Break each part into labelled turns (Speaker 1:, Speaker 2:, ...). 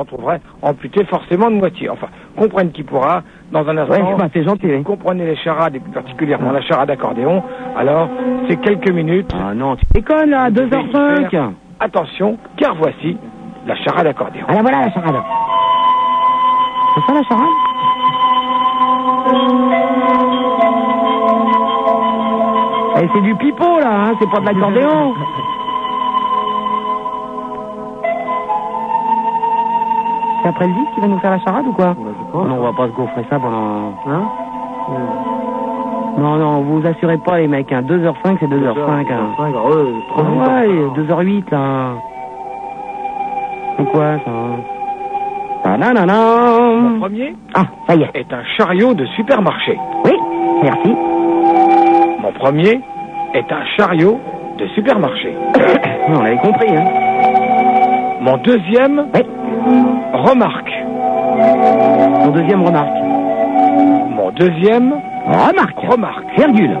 Speaker 1: on trouverait amputé forcément de moitié. Enfin, comprenne qui pourra, dans un
Speaker 2: Ouais,
Speaker 1: instant,
Speaker 2: c'est gentil.
Speaker 1: si vous comprenez les charades, et plus particulièrement la charade accordéon, alors c'est quelques minutes.
Speaker 2: Ah non, tu déconnes là, 2h05
Speaker 1: Attention, car voici la charade accordéon.
Speaker 2: Ah la voilà la charade C'est ça la charade Eh, c'est du pipeau là, hein, c'est pas de l'accordéon C'est après le disque qui va nous faire la charade ou quoi Non, on va pas se gaufrer ça pendant... Hein Non, non, vous vous assurez pas les mecs, hein. 2h05 c'est 2h05 hein.
Speaker 3: Oh,
Speaker 2: Ah ouais, 2h08 là. C'est quoi ça
Speaker 1: Le
Speaker 2: Ta-da-da-da.
Speaker 1: premier
Speaker 2: Ah, ça y est.
Speaker 1: est un chariot de supermarché.
Speaker 2: Oui, merci.
Speaker 1: Mon premier est un chariot de supermarché.
Speaker 2: on l'avait compris, hein.
Speaker 1: Mon deuxième,
Speaker 2: Oui.
Speaker 1: remarque.
Speaker 2: Mon deuxième remarque.
Speaker 1: Mon deuxième,
Speaker 2: Remarque.
Speaker 1: remarque.
Speaker 2: Virgule.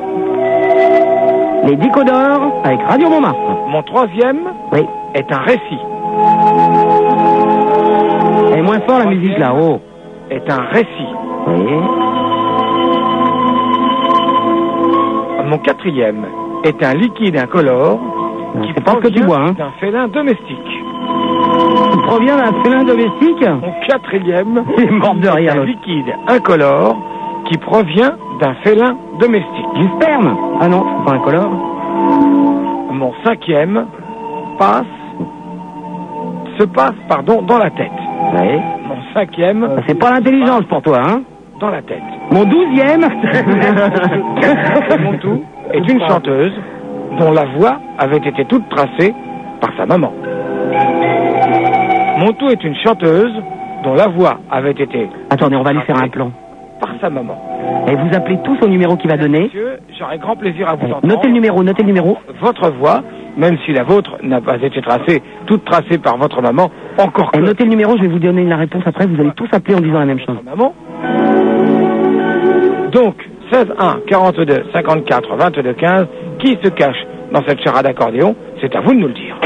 Speaker 2: Les Dicodors avec Radio Montmartre.
Speaker 1: Mon troisième
Speaker 2: Oui.
Speaker 1: est un récit.
Speaker 2: Elle est moins fort la musique là, oh.
Speaker 1: Est un récit.
Speaker 2: Oui.
Speaker 1: Mon quatrième est un liquide incolore qui
Speaker 2: C'est pas ce que tu
Speaker 1: provient
Speaker 2: bois, hein.
Speaker 1: d'un félin domestique.
Speaker 2: Tu proviens d'un félin domestique
Speaker 1: Mon quatrième
Speaker 2: Il est mort de
Speaker 1: est
Speaker 2: rire,
Speaker 1: un
Speaker 2: l'autre.
Speaker 1: liquide incolore qui provient d'un félin domestique.
Speaker 2: Du sperme Ah non, c'est pas un color.
Speaker 1: Mon cinquième passe se passe pardon dans la tête.
Speaker 2: Oui.
Speaker 1: Mon cinquième
Speaker 2: C'est pas l'intelligence pour toi, hein
Speaker 1: dans la tête.
Speaker 2: Mon douzième
Speaker 1: Mon tout est une chanteuse dont la voix avait été toute tracée par sa maman. Mon tout est une chanteuse dont la voix avait été
Speaker 2: Attendez, on va lui faire un plan.
Speaker 1: par sa maman.
Speaker 2: Et vous appelez tous au numéro qu'il va donner.
Speaker 1: Monsieur, j'aurais grand plaisir à vous entendre.
Speaker 2: Notez le numéro, notez le numéro.
Speaker 1: Votre voix, même si la vôtre n'a pas été tracée, toute tracée par votre maman, encore que
Speaker 2: Et notez le numéro, je vais vous donner la réponse après. Vous allez tous appeler en disant la même chose.
Speaker 1: votre maman. Donc, 16 1 42 54 22 15, qui se cache dans cette charade accordéon C'est à vous de nous le dire.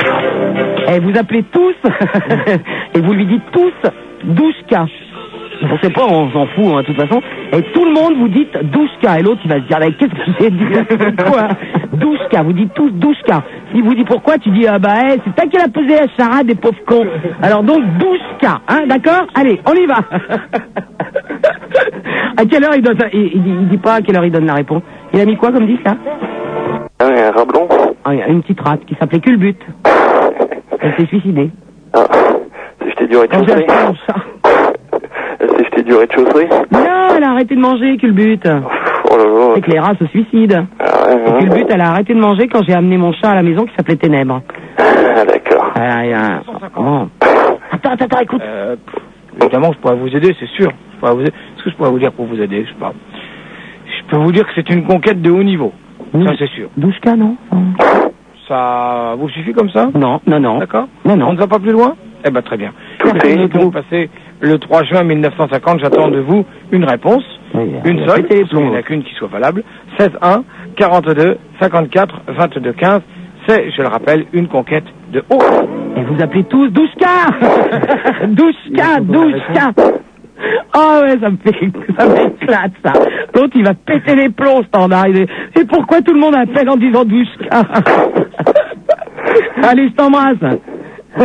Speaker 2: Et Eh, vous appelez tous. et vous lui dites tous 12K. On sait pas, on s'en fout, hein, de toute façon. Et tout le monde, vous dites 12K. Et l'autre, il va se dire, mais qu'est-ce que j'ai dit Quoi 12K, vous dites tous 12K. Il vous dit pourquoi, tu dis, ah bah, eh, c'est toi qui l'as posé la charade, des pauvres cons. Alors donc, 12K, hein, d'accord Allez, on y va. à quelle heure il donne ça il, il dit, il dit pas à quelle heure il donne la réponse. Il a mis quoi comme dit ça
Speaker 4: Ah, il y a un rat blanc
Speaker 2: Ah, Une petite rate qui s'appelait Culbut. Elle s'est suicidée.
Speaker 4: Ah, c'est jeté du
Speaker 2: Quand j'ai
Speaker 4: rez-de-chaussée.
Speaker 2: acheté mon chat.
Speaker 4: C'est jeté du rez-de-chaussée.
Speaker 2: Non, elle a arrêté de manger, Culbut.
Speaker 4: Oh là là.
Speaker 2: C'est que les rats se suicident.
Speaker 4: Ah, ouais,
Speaker 2: Et
Speaker 4: ouais.
Speaker 2: Culbut, elle a arrêté de manger quand j'ai amené mon chat à la maison qui s'appelait Ténèbres.
Speaker 4: Ah, d'accord.
Speaker 2: Elle a- elle a- oh. Attends, attends, attends, écoute.
Speaker 1: Euh, pff, évidemment, je pourrais vous aider, c'est sûr. Je pourrais vous... Ce que je pourrais vous dire pour vous aider, je sais pas. Je peux vous dire que c'est une conquête de haut niveau.
Speaker 2: Oui.
Speaker 1: Ça, c'est sûr.
Speaker 2: 12K, non
Speaker 1: Ça vous suffit comme ça
Speaker 2: Non, non, non.
Speaker 1: D'accord
Speaker 2: Non,
Speaker 1: On
Speaker 2: non.
Speaker 1: ne va pas plus loin Eh ben, très bien.
Speaker 4: Tout est
Speaker 1: Nous donc passer le 3 juin 1950. J'attends de vous une réponse.
Speaker 2: Oui,
Speaker 1: Une
Speaker 2: elle a
Speaker 1: seule,
Speaker 2: pété les
Speaker 1: parce qu'il n'y en
Speaker 2: plombs.
Speaker 1: a qu'une qui soit valable. 16 1 42 54 22 15. C'est, je le rappelle, une conquête de haut.
Speaker 2: Et vous appelez tous 12K 12K, 12K Oh ouais, ça me fait, ça m'éclate ça. L'autre, il va péter les plombs, standard. Il est- Et pourquoi tout le monde appelle en disant 12K Allez, je t'embrasse.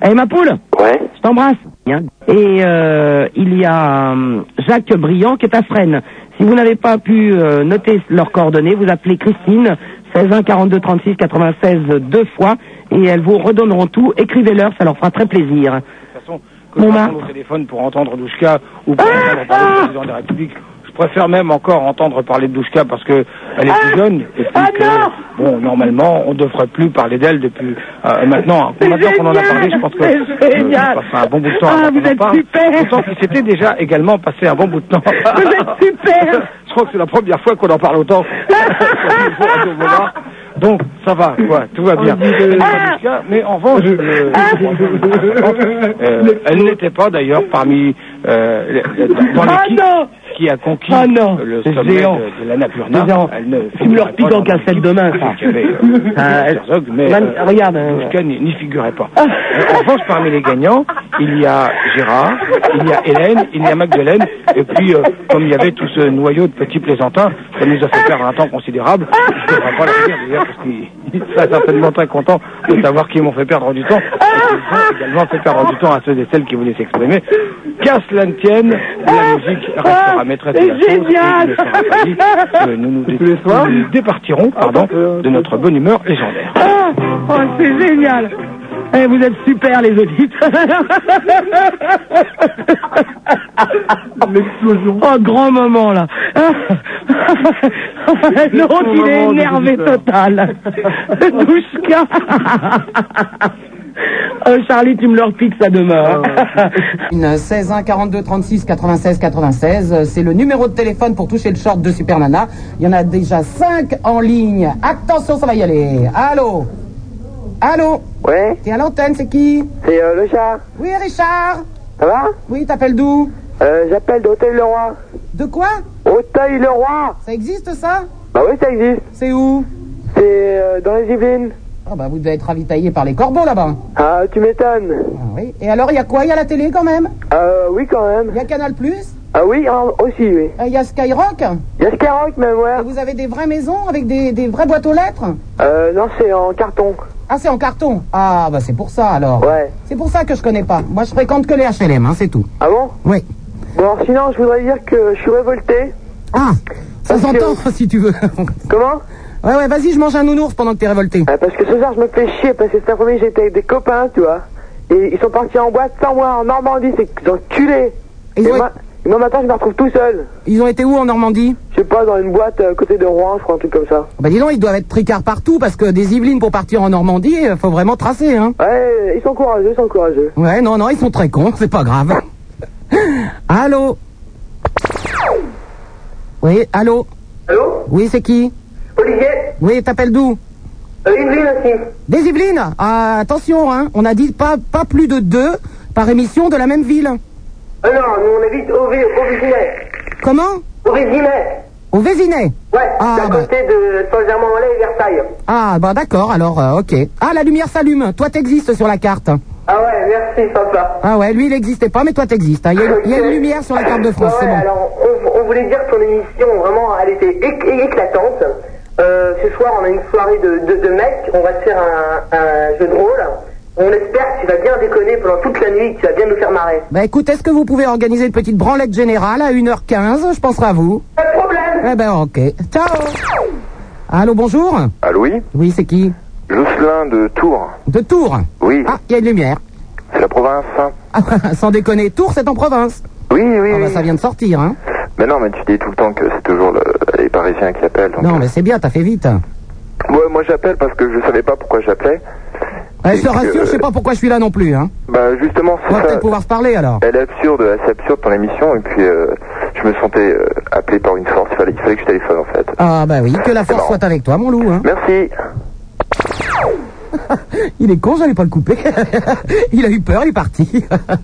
Speaker 2: Allez, ma poule
Speaker 4: Ouais.
Speaker 2: je t'embrasse. Bien. Et euh, il y a euh, Jacques Briand qui est à Fresnes. Si vous n'avez pas pu euh, noter leurs coordonnées, vous appelez Christine 16 1 42 36 96 deux fois et elles vous redonneront tout. Écrivez-leur, ça leur fera très plaisir.
Speaker 1: De toute façon, que je
Speaker 2: Mon
Speaker 1: prends
Speaker 2: Marc. Ah,
Speaker 1: au téléphone pour entendre Douchka ou pour entendre parler du président de la République, je préfère même encore entendre parler de Douchka parce que elle est plus jeune. Et puis
Speaker 2: Ah
Speaker 1: que,
Speaker 2: non
Speaker 1: bon, normalement, on ne devrait plus parler d'elle depuis euh, maintenant.
Speaker 2: C'est
Speaker 1: Maintenant qu'on en a parlé, je pense que
Speaker 2: génial C'est
Speaker 1: euh,
Speaker 2: génial
Speaker 1: on passera un bon bout de temps.
Speaker 2: Ah,
Speaker 1: avant
Speaker 2: vous
Speaker 1: qu'on en
Speaker 2: êtes
Speaker 1: parle.
Speaker 2: super
Speaker 1: Pourtant, il s'était déjà également passé un bon bout de temps.
Speaker 2: Vous êtes super
Speaker 1: Je crois que c'est la première fois qu'on en parle autant. Donc, ça va, quoi, tout va bien.
Speaker 2: Ah
Speaker 1: Mais en revanche, le- euh, elle n'était pas d'ailleurs parmi euh, les- les- dans
Speaker 2: Ah
Speaker 1: l'équipe
Speaker 2: non
Speaker 1: qui a conquis
Speaker 2: Ah non,
Speaker 1: le
Speaker 2: c'est
Speaker 1: sommet
Speaker 2: géant.
Speaker 1: de, de l'Annapurna.
Speaker 2: C'est géant.
Speaker 1: elle ne
Speaker 2: Tu me leur
Speaker 1: figurait
Speaker 2: piques
Speaker 1: pas
Speaker 2: en
Speaker 1: dans le
Speaker 2: cassette
Speaker 1: livre
Speaker 2: demain, ça.
Speaker 1: qu'il y avait, euh,
Speaker 2: Ah, elle-
Speaker 1: Herzog, mais,
Speaker 2: Man-
Speaker 1: euh,
Speaker 2: regarde, hein. Ah.
Speaker 1: Douchka n'y n'y figurait pas. Euh, en revanche, parmi les gagnants, il y a Gérard, il y a Hélène, il y a Magdeleine, et puis, euh, comme il y avait tout ce noyau de petits plaisantins, ça nous a fait perdre un temps considérable. Je ne devrais pas leur dire, d'ailleurs, parce qu'ils ils seraient certainement très contents de savoir qu'ils m'ont fait perdre du temps, et qu'ils ont également fait perdre du temps à ceux et celles qui voulaient s'exprimer. Qu'à cela ne tienne, la musique restera maîtresse de la chose,
Speaker 2: C'est
Speaker 1: et il ne
Speaker 2: génial.
Speaker 1: sera pas dit que nous nous, dé-
Speaker 5: Tous les soirs euh,
Speaker 1: nous nous départirons pardon, de notre bonne humeur légendaire.
Speaker 2: Ah oh, c'est génial Eh, vous êtes super, les auditeurs
Speaker 5: L'explosion.
Speaker 2: Oh, grand moment, là L'autre, il est
Speaker 5: moment des
Speaker 2: énervé
Speaker 5: auditeurs.
Speaker 2: total Douchka Euh, Charlie, tu me le repiques, ça demeure.
Speaker 5: Ah,
Speaker 6: Une 16 1 42 36 96 96, euh, c'est le numéro de téléphone pour toucher le short de Super Nana. Il y en a déjà 5 en ligne. Attention, ça va y aller. Allô Allô
Speaker 7: Ouais,
Speaker 6: T'es à l'antenne, c'est qui
Speaker 7: c'est euh, le chat.
Speaker 6: Oui, Richard
Speaker 7: Ça va
Speaker 6: Oui, t'appelles d'où
Speaker 7: euh, J'appelle d'Auteuil-le-Roi.
Speaker 6: De quoi
Speaker 7: Auteuil-le-Roi
Speaker 6: Ça existe, ça
Speaker 7: Bah oui, ça existe.
Speaker 6: C'est où
Speaker 7: C'est euh, dans les Yvelines.
Speaker 6: Ah bah, vous devez être ravitaillé par les corbeaux, là-bas.
Speaker 7: Ah, tu m'étonnes.
Speaker 6: Ah oui. Et alors, il y a quoi Il y a la télé, quand même
Speaker 7: Euh, oui, quand même.
Speaker 6: Il y a Canal+, Euh,
Speaker 7: Ah oui, ah, aussi, oui.
Speaker 6: il y a Skyrock
Speaker 7: Il y a Skyrock, même, ouais.
Speaker 6: Et vous avez des vraies maisons avec des, des vraies boîtes aux lettres
Speaker 7: Euh, non, c'est en carton.
Speaker 6: Ah, c'est en carton Ah, bah c'est pour ça alors.
Speaker 7: Ouais.
Speaker 6: C'est pour ça que je connais pas. Moi, je fréquente que les HLM, hein, c'est tout.
Speaker 7: Ah bon
Speaker 6: Oui.
Speaker 7: Bon, alors, sinon, je voudrais dire que je suis révolté.
Speaker 6: Ah Ça
Speaker 7: Parce que-
Speaker 6: s'entend, si tu veux.
Speaker 7: Comment
Speaker 6: ouais, ouais, vas-y, je mange un nounours pendant que t'es révolté.
Speaker 7: Ah, Parce que ce soir, je me fais chier parce que cet après-midi, j'étais avec des copains, tu vois. Et ils sont partis en boîte sans moi en Normandie, c'est des enculés.
Speaker 6: Ils
Speaker 7: Et
Speaker 6: ont-
Speaker 7: moi, et moi, maintenant, je me retrouve tout seul.
Speaker 6: Ils ont été où en Normandie
Speaker 7: Je sais pas, dans une boîte euh, à côté de Rouen, je crois, un truc comme ça.
Speaker 6: Bah dis donc, ils doivent être tricards partout parce que des Yvelines pour partir en Normandie, euh, faut vraiment tracer, hein.
Speaker 7: Ouais, ils sont courageux, ils sont courageux.
Speaker 6: Ouais, non, non, ils sont très cons, c'est pas grave. allô Oui, allô
Speaker 7: Allô
Speaker 6: Oui, c'est qui
Speaker 7: Olivier
Speaker 6: Oui, t'appelles d'où
Speaker 7: euh, Yveline aussi.
Speaker 6: Des Yvelines Ah, Attention, hein, on a dit pas, pas plus de deux par émission de la même ville.
Speaker 7: Ah non, nous on habite au Vésinet.
Speaker 6: Comment
Speaker 7: Au Vésinet
Speaker 6: Au Vésinet
Speaker 7: Ouais,
Speaker 6: Ah, c'est à bah. côté
Speaker 7: de Saint-Germain-en-Laye et Versailles.
Speaker 6: Ah, bah d'accord, alors, euh, ok. Ah, la lumière s'allume, toi t'existes sur la carte.
Speaker 7: Ah ouais, merci, sympa.
Speaker 6: Ah ouais, lui il n'existait pas, mais toi t'existes. hein. Il y a- il y, a une lumière sur la carte de France,
Speaker 7: Ah
Speaker 6: c'est
Speaker 7: ouais,
Speaker 6: bon.
Speaker 7: alors on, on voulait dire que ton émission, vraiment, elle était éc- éc- éclatante. Euh, ce soir, on a une soirée de, de, de mecs, on va se faire un, un jeu de rôle. On espère que tu vas bien déconner pendant toute la nuit, que tu vas bien nous faire marrer.
Speaker 6: Bah écoute, est-ce que vous pouvez organiser une petite branlette générale à 1h15 Je penserai à vous.
Speaker 7: Pas de problème
Speaker 6: Eh ben ok. Ciao Allô, bonjour
Speaker 4: Allô, oui
Speaker 6: Oui, c'est qui
Speaker 4: Jocelyn de Tours.
Speaker 6: De Tours
Speaker 4: Oui,
Speaker 6: Ah, il y a une lumière.
Speaker 4: c'est la province.
Speaker 6: Ah, Sans déconner, Tours c'est en province.
Speaker 4: Oui, oui,
Speaker 6: Ah bah
Speaker 4: oui.
Speaker 6: ça vient de sortir, hein.
Speaker 4: Mais non, mais tu dis tout le temps que c'est toujours le- les Parisiens qui appellent. donc-
Speaker 6: Non, mais c'est bien, t'as fait vite.
Speaker 4: Ouais, moi j'appelle parce que je savais pas pourquoi j'appelais.
Speaker 6: Ouais, Eh, je te
Speaker 4: Et que-
Speaker 6: rassure, je sais pas pourquoi je suis là non plus. Hein.
Speaker 4: Bah justement,
Speaker 6: On
Speaker 4: c'est
Speaker 6: va
Speaker 4: ça.
Speaker 6: peut-être pouvoir se parler alors.
Speaker 4: Elle est absurde, assez absurde ton émission. Et puis euh, je me sentais euh, appelé par une force. Il fallait, il fallait que je téléphone en fait.
Speaker 6: Ah bah oui, que la force
Speaker 4: Non.
Speaker 6: soit avec toi, mon loup. Hein.
Speaker 4: Merci.
Speaker 6: Il est con, j'allais pas le couper. il a eu peur, il est parti.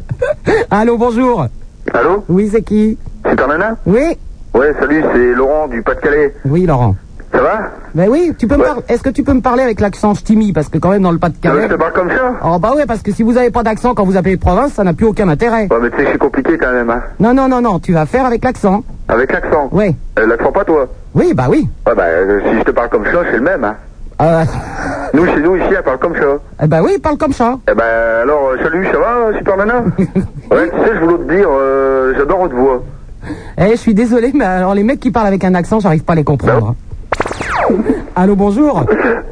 Speaker 6: Allô, bonjour.
Speaker 4: Allô
Speaker 6: Oui, c'est qui
Speaker 4: Super Nana
Speaker 6: Oui
Speaker 4: Ouais, salut, c'est Laurent du Pas-de-Calais.
Speaker 6: Oui, Laurent.
Speaker 4: Ça va
Speaker 6: Ben oui, tu peux me
Speaker 4: Ouais.
Speaker 6: par- Est-ce que tu peux me parler avec l'accent ch'timi Parce que quand même dans le Pas-de-Calais.
Speaker 4: Euh, parle comme ça
Speaker 6: Oh bah ouais, parce que si vous avez pas d'accent quand vous appelez province, ça n'a plus aucun intérêt.
Speaker 4: Ouais, mais tu sais que c'est compliqué quand même. Hein.
Speaker 6: Non, non, non, non, tu vas faire avec l'accent.
Speaker 4: Avec l'accent.
Speaker 6: Ouais.
Speaker 4: Euh, l'accent pas toi
Speaker 6: Oui, bah oui.
Speaker 4: Ouais, bah euh, si je te parle comme ça, c'est le même. Hein.
Speaker 6: Euh,
Speaker 4: Nous, chez nous, ici, elle parle comme ça.
Speaker 6: eh ben oui, parle comme ça.
Speaker 4: Eh ben alors, euh, salut, ça va, euh, Super Nana Ouais, tu sais, je voulais te dire, euh, j'adore votre voix.
Speaker 6: Eh, je suis désolé, mais alors les mecs qui parlent avec un accent, j'arrive pas à les comprendre. Allô, bonjour.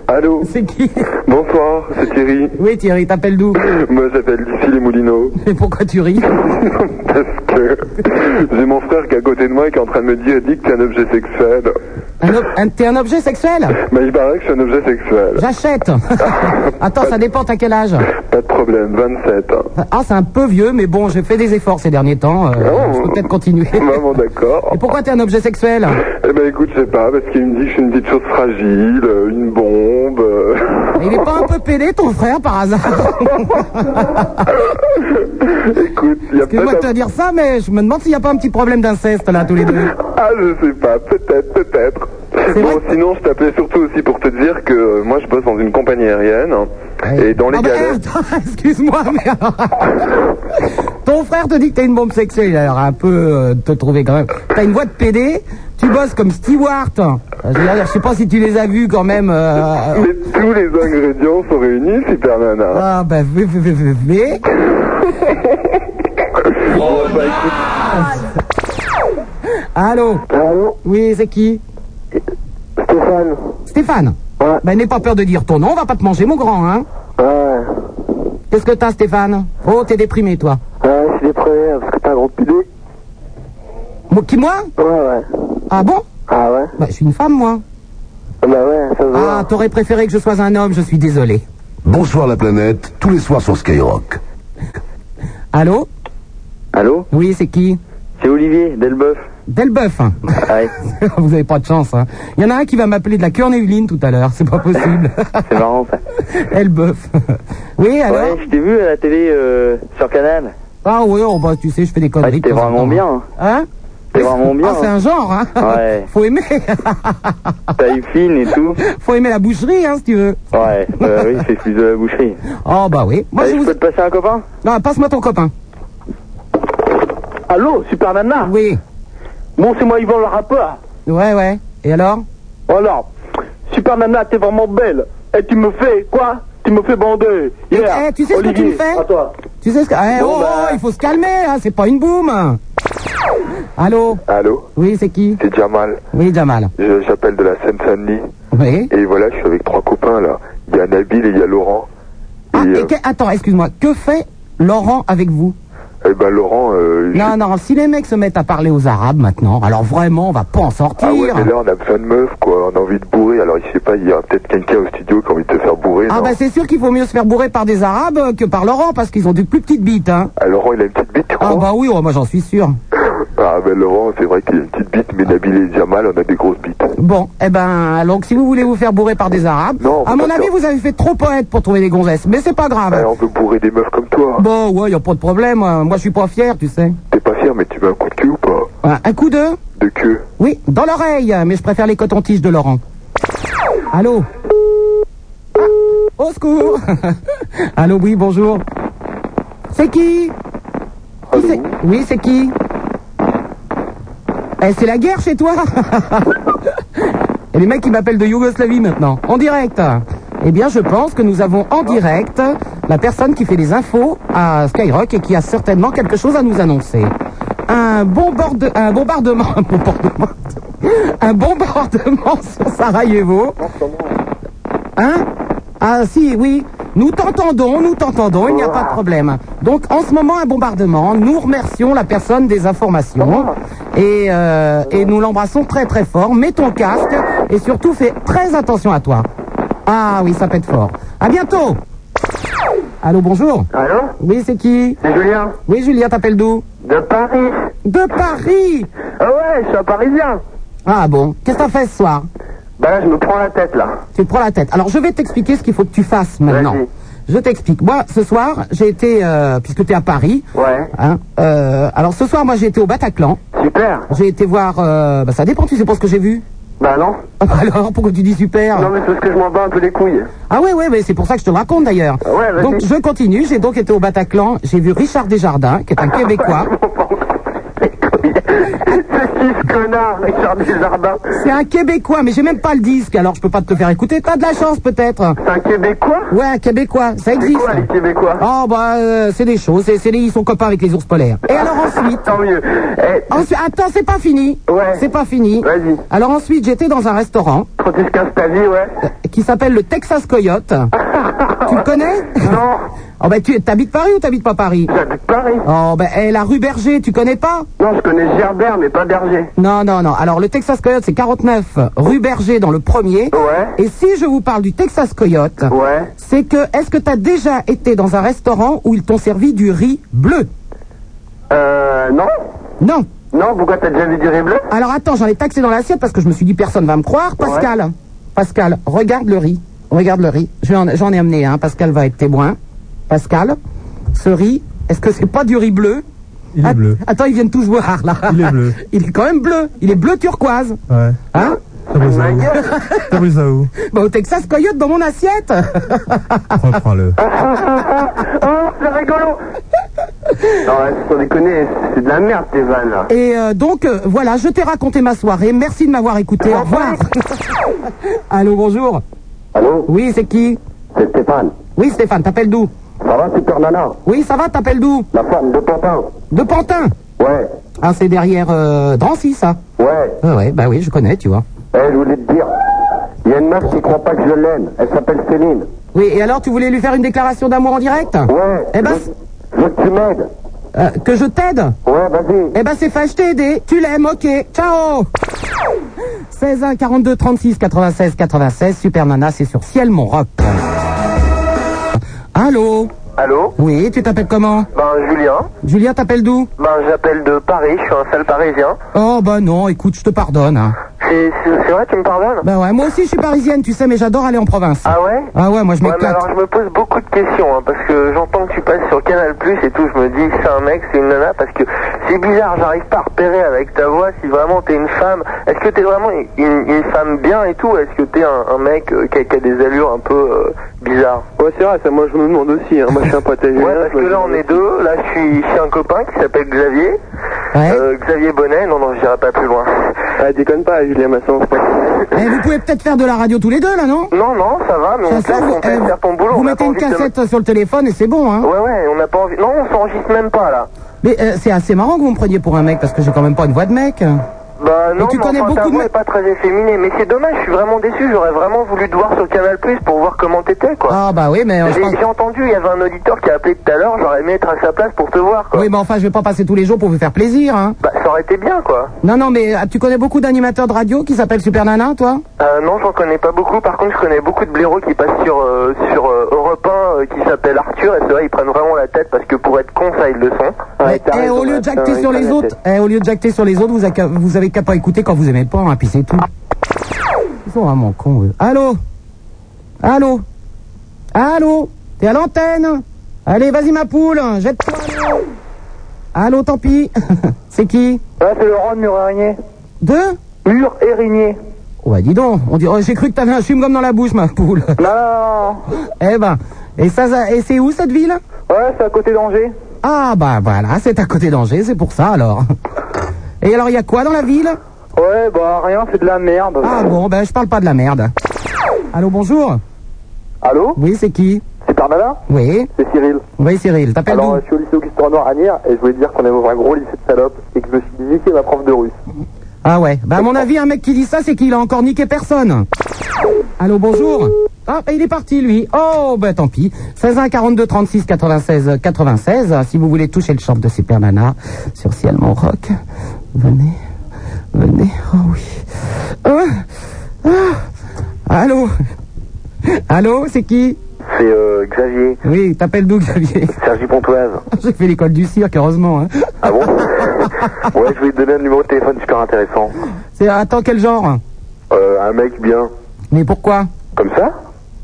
Speaker 4: Allô
Speaker 6: C'est qui
Speaker 4: Bonsoir, c'est Thierry.
Speaker 6: Oui, Thierry, t'appelles d'où
Speaker 4: Moi, j'appelle Lucie Les Moulineaux.
Speaker 6: Et pourquoi tu ris
Speaker 4: Parce que j'ai mon frère qui est à côté de moi et qui est en train de me dire, dit que t'es un objet sexuel.
Speaker 6: Un ob- un- T'es un objet sexuel
Speaker 4: Mais il paraît que je suis un objet sexuel.
Speaker 6: J'achète. Attends, ça dépend à quel âge.
Speaker 4: Pas de problème, 27. hein.
Speaker 6: Ah, c'est un peu vieux, mais bon, j'ai fait des efforts ces derniers temps. euh,
Speaker 4: Oh.
Speaker 6: je peux peut-être continuer.
Speaker 4: Bah, bon, d'accord.
Speaker 6: Et pourquoi t'es un objet sexuel
Speaker 4: Eh ben écoute, je sais pas, parce qu'il me dit que je suis une petite chose fragile, euh, une bombe. euh.
Speaker 6: Il est pas un peu pédé, ton frère, par hasard
Speaker 4: Écoute, il y a
Speaker 6: Excuse-moi de
Speaker 4: peut-être.
Speaker 6: te dire ça, mais je me demande s'il n'y a pas un petit problème d'inceste là, tous les deux.
Speaker 4: Ah, je sais pas, peut-être, peut-être. Bon, sinon, je t'appelais surtout aussi pour te dire que euh, moi, je bosse dans une compagnie aérienne. hein, Et dans les
Speaker 6: Ah bah,
Speaker 4: galettes.
Speaker 6: attends, excuse-moi, mais alors, Ton frère te dit que t'es une bombe sexuelle, alors un peu euh, te trouver quand même. T'as une voix de PD, tu bosses comme Stewart. Je veux dire, je sais pas si tu les as vus quand même. euh,
Speaker 4: Mais tous les ingrédients sont réunis, super nana.
Speaker 6: Ah bah oui, oui, oui, oui, oui.
Speaker 4: Bon, bah, écoute,
Speaker 6: Allô
Speaker 5: Allô
Speaker 6: Oui, c'est qui
Speaker 5: Stéphane
Speaker 6: Stéphane
Speaker 5: Ouais.
Speaker 6: Ben n'aie pas peur de dire ton nom, on va pas te manger mon grand, hein
Speaker 5: Ouais.
Speaker 6: Qu'est-ce que t'as Stéphane Oh, t'es déprimé toi.
Speaker 5: Ouais, je suis déprimé parce que t'as un gros PD. Ouais,
Speaker 6: Moi, qui moi
Speaker 5: ouais.
Speaker 6: Ah bon
Speaker 5: Ah ouais
Speaker 6: Bah je suis une femme moi.
Speaker 5: Ah Bah ouais, ça se voit.
Speaker 6: Ah, t'aurais préféré que je sois un homme, je suis désolé.
Speaker 8: Bonsoir la planète, tous les soirs sur Skyrock.
Speaker 6: Allô
Speaker 5: Allô
Speaker 6: Oui, c'est qui
Speaker 5: C'est Olivier, Delbeuf.
Speaker 6: Delbeuf.
Speaker 4: Ah
Speaker 5: Ouais,
Speaker 6: Vous avez pas de chance. hein. Il y en a un qui va m'appeler de la Curnéuline tout à l'heure. C'est pas possible.
Speaker 5: c'est marrant ça.
Speaker 6: Elbeuf. Oui, alors
Speaker 5: Ouais, je t'ai vu à la télé euh, sur Canal.
Speaker 6: Ah oui, oh, bah, tu sais, je fais des
Speaker 5: Ouais,
Speaker 6: conneries.
Speaker 5: Ah, c'était
Speaker 6: de temps en
Speaker 5: vraiment
Speaker 6: temps.
Speaker 5: bien.
Speaker 6: Hein
Speaker 5: C'était vraiment bien.
Speaker 6: Ah, c'est un genre, hein
Speaker 5: Ouais.
Speaker 6: Faut aimer.
Speaker 5: Taille fine et tout.
Speaker 6: Faut aimer la boucherie, hein, si tu veux.
Speaker 5: Ouais, bah oui, c'est celui de la boucherie.
Speaker 6: Oh, bah oui. Moi,
Speaker 5: Allez,
Speaker 6: je
Speaker 5: je
Speaker 6: vous...
Speaker 5: peux te passer un copain
Speaker 6: Non, passe-moi ton copain.
Speaker 9: Allô, Super Nana
Speaker 6: Oui.
Speaker 9: Bon, c'est moi, Yvan le rappeur.
Speaker 6: Ouais, ouais. Et alors
Speaker 9: Alors, Super Nana, t'es vraiment belle. Et tu me fais quoi Tu me fais bander.
Speaker 6: eh, tu sais ce que tu me fais
Speaker 9: à toi.
Speaker 6: Tu sais ce que... Eh,
Speaker 9: Bon,
Speaker 6: oh,
Speaker 9: bah.
Speaker 6: oh, il faut se calmer, hein, c'est pas une boum. Allô
Speaker 4: allô,
Speaker 6: Oui, c'est qui
Speaker 4: c'est Jamal.
Speaker 6: Oui, Jamal.
Speaker 4: Je- J'appelle de la Seine-Saint-Denis.
Speaker 6: Oui.
Speaker 4: Et voilà, je suis avec trois copains là. Il y a Nabil et il y a Laurent. Et,
Speaker 6: Ah, et
Speaker 4: euh,
Speaker 6: que- Attends, excuse-moi. Que fait Laurent avec vous
Speaker 4: eh ben Laurent, euh, j'ai-
Speaker 6: Non, non, si les mecs se mettent à parler aux Arabes maintenant, alors vraiment, on va pas en sortir.
Speaker 4: ah ouais, mais là on a besoin de meufs quoi. On a envie de bourrer. Alors je sais pas, il y a peut-être quelqu'un au studio qui a envie de te faire bourrer.
Speaker 6: Ah
Speaker 4: non
Speaker 6: bah c'est sûr qu'il faut mieux se faire bourrer par des Arabes euh, que par Laurent, parce qu'ils ont du plus petites bites, hein.
Speaker 4: Ah, Laurent, il a une petite bite, tu crois
Speaker 6: Ah bah oui, oh, moi j'en suis sûr.
Speaker 4: Ah ben Laurent, c'est vrai qu'il a une petite bite, mais Nabil et Jamal, on a des grosses bites.
Speaker 6: Bon, eh ben, donc si vous voulez vous faire bourrer par des Arabes,
Speaker 4: Non,
Speaker 6: à mon
Speaker 4: pas
Speaker 6: avis,
Speaker 4: sûr.
Speaker 6: vous avez fait trop poète pour trouver des gonzesses, mais c'est pas grave.
Speaker 4: Ah, on veut bourrer des meufs comme toi.
Speaker 6: Bon, ouais, y a pas de problème, euh, moi je suis pas fier, tu sais.
Speaker 4: T'es pas fier, mais tu veux un coup de cul ou pas
Speaker 6: Voilà, Un coup de
Speaker 4: De queue
Speaker 6: Oui, dans l'oreille, euh, mais je préfère les cotons-tiges de Laurent. Allô Ah, Au secours Allô, oui, bonjour. C'est qui, Qui c'est- Oui, c'est qui Eh, c'est la guerre chez toi Et les mecs qui m'appellent de Yougoslavie maintenant, en direct Eh bien, je pense que nous avons en direct la personne qui fait les infos à Skyrock et qui a certainement quelque chose à nous annoncer. Un, bomborde- un bombardement... Un bombardement... Un bombardement sur Sarajevo. Hein Ah si, oui. Nous t'entendons, nous t'entendons, il n'y a pas de problème. Donc en ce moment, un bombardement. Nous remercions la personne des informations et, euh, et nous l'embrassons très très fort. Mets ton casque et surtout fais très attention à toi. Ah oui, ça pète fort. À bientôt Allô, bonjour
Speaker 5: Allô
Speaker 6: Oui, c'est qui
Speaker 5: C'est Julien,
Speaker 6: Oui, Julien, t'appelles d'où
Speaker 5: de Paris.
Speaker 6: De Paris
Speaker 5: Ah ouais, je suis un Parisien.
Speaker 6: Ah bon, qu'est-ce que t'as fait ce soir
Speaker 5: Bah là, je me prends la tête là.
Speaker 6: Tu te prends la tête. Alors, je vais t'expliquer ce qu'il faut que tu fasses maintenant.
Speaker 5: Vas-y.
Speaker 6: Je t'explique. Moi, ce soir, j'ai été, euh, puisque tu es à Paris.
Speaker 5: Ouais.
Speaker 6: hein, euh, alors, ce soir, moi, j'ai été au Bataclan.
Speaker 5: Super.
Speaker 6: J'ai été voir. euh, bah, ça dépend, tu sais pas ce que j'ai vu.
Speaker 5: Bah non.
Speaker 6: Ah, bah Alors, pourquoi tu dis super
Speaker 5: Non mais c'est parce que je m'en bats un peu les couilles.
Speaker 6: Ah, ouais, ouais, mais c'est pour ça que je te le raconte d'ailleurs.
Speaker 5: Ouais, vas-y.
Speaker 6: Donc, je continue. J'ai donc été au Bataclan. J'ai vu Richard Desjardins, qui est un Québécois.
Speaker 5: C'est ce connard, Richard Desjardins.
Speaker 6: C'est un Québécois, mais j'ai même pas le disque, alors je peux pas te le faire écouter. T'as de la chance, peut-être.
Speaker 5: C'est un Québécois
Speaker 6: Ouais, un Québécois, ça
Speaker 5: C'est
Speaker 6: existe.
Speaker 5: quoi les Québécois
Speaker 6: Oh bah euh, c'est des choses, c'est, c'est des- ils sont copains avec les ours polaires. Et alors ensuite,
Speaker 5: Tant mieux. Eh,
Speaker 6: ensuite attends c'est pas fini,
Speaker 5: Ouais.
Speaker 6: c'est pas fini.
Speaker 5: Vas-y.
Speaker 6: Alors ensuite j'étais dans un restaurant
Speaker 5: Francis Castavi, ouais.
Speaker 6: qui s'appelle le Texas Coyote. tu le connais
Speaker 5: Non,
Speaker 6: Oh bah tu t'habites Paris ou t'habites pas Paris
Speaker 5: j'habite Paris.
Speaker 6: Oh bah eh, la rue Berger, tu connais pas
Speaker 5: Non, je connais Gerbert, mais pas Berger.
Speaker 6: Non non non. Alors le Texas Coyote c'est 49 rue Berger dans le premier.
Speaker 5: Ouais.
Speaker 6: Et si je vous parle du Texas Coyote,
Speaker 5: Ouais.
Speaker 6: c'est que est-ce que t'as déjà été dans un restaurant où ils t'ont servi du riz bleu
Speaker 5: Euh, non
Speaker 6: Non.
Speaker 5: Non, pourquoi t'as déjà vu du riz bleu
Speaker 6: Alors attends, j'en ai taxé dans l'assiette parce que je me suis dit personne va me croire. Pascal, Pascal, regarde le riz. Regarde le riz. Je vais en- J'en ai amené un. Pascal va être témoin. Pascal, ce riz, Est-ce que c'est pas du riz bleu
Speaker 10: Il est
Speaker 6: Att-
Speaker 10: bleu.
Speaker 6: Attends, ils viennent tous jouer à là.
Speaker 10: Il est bleu.
Speaker 6: Il est quand même bleu. Il est bleu turquoise.
Speaker 10: Ouais.
Speaker 6: Hein
Speaker 5: Ah,
Speaker 10: Ça
Speaker 5: bah,
Speaker 10: brise à où Ça brise à où
Speaker 6: Bah, au Texas Coyote dans mon assiette.
Speaker 10: Reprends-le.
Speaker 5: Oh, c'est rigolo Non, ouais, sans déconner, c'est de la merde, tes vannes, là.
Speaker 6: Et euh, donc, euh, voilà, je t'ai raconté ma soirée. Merci de m'avoir écouté. Au revoir. Allô, bonjour.
Speaker 5: Allô
Speaker 6: Oui, c'est qui
Speaker 5: C'est Stéphane.
Speaker 6: Oui, Stéphane, t'appelles d'où
Speaker 5: Ça va, Super Nana
Speaker 6: Oui, ça va, t'appelles d'où
Speaker 5: La femme de Pantin
Speaker 6: De Pantin.
Speaker 5: Ouais,
Speaker 6: Ah, c'est derrière euh, Drancy, ça.
Speaker 5: ouais.
Speaker 6: Ah ouais, bah oui, je connais, tu vois.
Speaker 5: Eh, je voulais te dire, il y a une meuf qui croit pas que je l'aime. Elle s'appelle Céline.
Speaker 6: Oui, et alors, tu voulais lui faire une déclaration d'amour en direct
Speaker 5: Ouais.
Speaker 6: Eh ben,
Speaker 5: je- Je veux que tu m'aides.
Speaker 6: euh, que je t'aide
Speaker 5: Ouais, vas-y.
Speaker 6: Eh ben c'est fait, je t'ai aidé. Tu l'aimes, ok. Ciao 16 1 42 36 96 96, Super Nana, c'est sur Ciel Mon Rock. Allô
Speaker 5: Allô
Speaker 6: Oui, tu t'appelles comment
Speaker 5: Ben, Julien.
Speaker 6: Julien, t'appelles d'où
Speaker 5: Ben, j'appelle de Paris. Je suis un sale parisien.
Speaker 6: Oh bah non, écoute, je te pardonne. hein.
Speaker 5: C'est c'est- c'est vrai, tu me pardonnes
Speaker 6: Bah ouais, moi aussi je suis parisienne, tu sais, mais j'adore aller en province.
Speaker 5: Ah ouais
Speaker 6: Ah ouais, moi je
Speaker 5: Ouais, mais
Speaker 6: m'éclate.
Speaker 5: alors je me pose beaucoup de questions, hein, parce que j'entends que tu passes sur Canal Plus et tout, je me dis c'est un mec, c'est une nana, parce que c'est bizarre, j'arrive pas à repérer avec ta voix si vraiment t'es une femme. Est-ce que t'es vraiment une, une femme bien et tout Est-ce que t'es un, un mec euh, qui, a, qui a des allures un peu euh, bizarres
Speaker 9: Ouais, c'est vrai, ça, moi je me demande aussi. Hein. Moi je suis un pote à Julien,
Speaker 5: Ouais, parce
Speaker 9: je me
Speaker 5: que là
Speaker 9: demande
Speaker 5: on est deux, là je suis chez un copain qui s'appelle Xavier.
Speaker 6: Ouais.
Speaker 5: Euh, Xavier Bonnet, non, non, j'irai pas plus loin.
Speaker 9: Ah, déconne pas, Julien Masson.
Speaker 6: Eh, vous pouvez peut-être faire de la radio tous les deux là, non
Speaker 5: Non, non, ça va, mais
Speaker 6: Ça,
Speaker 5: on
Speaker 6: ça,
Speaker 5: peut,
Speaker 6: vous,
Speaker 5: on peut
Speaker 6: euh,
Speaker 5: faire ton boulot.
Speaker 6: vous
Speaker 5: on a
Speaker 6: mettez
Speaker 5: pas
Speaker 6: une
Speaker 5: envie de se-
Speaker 6: cassette sur le téléphone et c'est bon, hein.
Speaker 5: Ouais, ouais, on n'a pas envie. Non, on s'enregistre même pas là.
Speaker 6: Mais euh, c'est assez marrant que vous me preniez pour un mec parce que j'ai quand même pas une voix de mec.
Speaker 5: Bah non,
Speaker 6: tu
Speaker 5: mais
Speaker 6: connais
Speaker 5: enfin, ta
Speaker 6: beaucoup de
Speaker 5: voix
Speaker 6: ma-
Speaker 5: est pas très efféminée, mais c'est dommage, je suis vraiment déçu, j'aurais vraiment voulu te voir sur Canal Plus pour voir comment t'étais quoi.
Speaker 6: Ah bah oui, mais euh, je
Speaker 5: J'ai
Speaker 6: pense...
Speaker 5: j'ai entendu, il y avait un auditeur qui a appelé tout à l'heure, j'aurais aimé être à sa place pour te voir quoi.
Speaker 6: Oui, mais enfin, je vais pas passer tous les jours pour vous faire plaisir, hein.
Speaker 5: Bah ça aurait été bien quoi.
Speaker 6: Non, non, mais ah, tu connais beaucoup d'animateurs de radio qui s'appellent Super Nana, toi
Speaker 5: Euh, non, j'en connais pas beaucoup, par contre je connais beaucoup de blaireaux qui passent sur, euh, sur euh, Europe 1 euh, qui s'appelle Arthur, et c'est vrai, ils prennent vraiment la tête parce que pour être con, ça ils le sont.
Speaker 6: Mais, eh, au
Speaker 5: hein.
Speaker 6: lieu de jacter sur les autres, eh, au lieu de jacter sur les autres, vous, a qu'à- vous avez qu'à pas écouter quand vous aimez pas, hein, puis c'est tout. Ils sont vraiment cons, eux. Allô Allô Allô T'es à l'antenne Allez, vas-y, ma poule, jette-toi. allô. Allô, tant pis. c'est qui
Speaker 9: Ah, c'est Laurent de Mur-Érigné.
Speaker 6: Deux
Speaker 9: Mur-Érigné.
Speaker 6: Oh, bah, dis donc, on dirait, j'ai cru que t'avais un chum-gomme dans la bouche, ma poule.
Speaker 9: Non, non,
Speaker 6: eh ben, et ça, ça- et c'est où cette ville
Speaker 9: non. Ouais, c'est à côté d'Angers.
Speaker 6: Ah bah voilà, c'est à côté d'Angers, c'est pour ça alors. Et alors il y a quoi dans la ville
Speaker 9: Ouais, bah rien, c'est de la merde.
Speaker 6: Ah bon, ben je parle pas de la merde. Allô, bonjour
Speaker 9: Allô
Speaker 6: Oui, c'est qui
Speaker 9: C'est Parnala
Speaker 6: Oui,
Speaker 9: C'est Cyril.
Speaker 6: oui Cyril, t'appelles
Speaker 9: Alors,
Speaker 6: d'où
Speaker 9: euh, je suis au lycée Auguste Renoir à Nières et je voulais te dire qu'on est dans un gros lycée de salopes et que je me suis niqué ma prof de russe.
Speaker 6: Ah ouais, bah à mon avis un mec qui dit ça c'est qu'il a encore niqué personne. Allô, bonjour Ah, ben, il est parti lui. Oh, ben tant pis. 16 1 42 36 96 96, si vous voulez toucher le champ de Super Nana sur Ciel Mon Rock, venez, venez, oh oui. Hein Ah. Allô Allô, c'est qui
Speaker 5: C'est euh, Xavier,
Speaker 6: Oui, t'appelles d'où Xavier
Speaker 5: Sergi Pontoise.
Speaker 6: J'ai fait l'école du cirque, heureusement. hein.
Speaker 5: Ah bon Ouais, je vais te donner un numéro de téléphone super intéressant.
Speaker 6: C'est attends quel genre
Speaker 5: Euh, un mec bien.
Speaker 6: Mais pourquoi
Speaker 5: Comme ça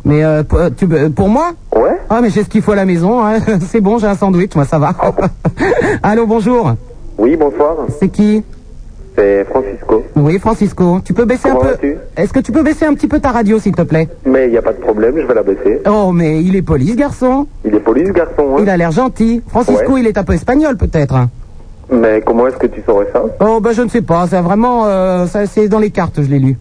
Speaker 6: Mais euh, pour, tu- pour moi
Speaker 5: Ouais
Speaker 6: Ah mais j'ai ce qu'il faut à la maison, hein. c'est bon, j'ai un sandwich, moi ça va. Allô, bonjour,
Speaker 5: Oui, bonsoir.
Speaker 6: c'est qui
Speaker 5: C'est Francisco.
Speaker 6: Oui, Francisco, tu peux baisser
Speaker 5: Comment
Speaker 6: un
Speaker 5: vas-tu
Speaker 6: peu... Est-ce que tu peux baisser un petit peu ta radio, s'il te plaît
Speaker 5: Mais il n'y a pas de problème, je vais la baisser.
Speaker 6: Oh, mais il est poli, ce garçon.
Speaker 5: Il est poli ce garçon, hein
Speaker 6: Il a l'air gentil. Francisco, il est un peu espagnol, peut-être.
Speaker 5: Mais comment est-ce que tu saurais ça
Speaker 6: Oh, ben je ne sais pas, ça vraiment... euh, ça, c'est dans les cartes, je l'ai lu.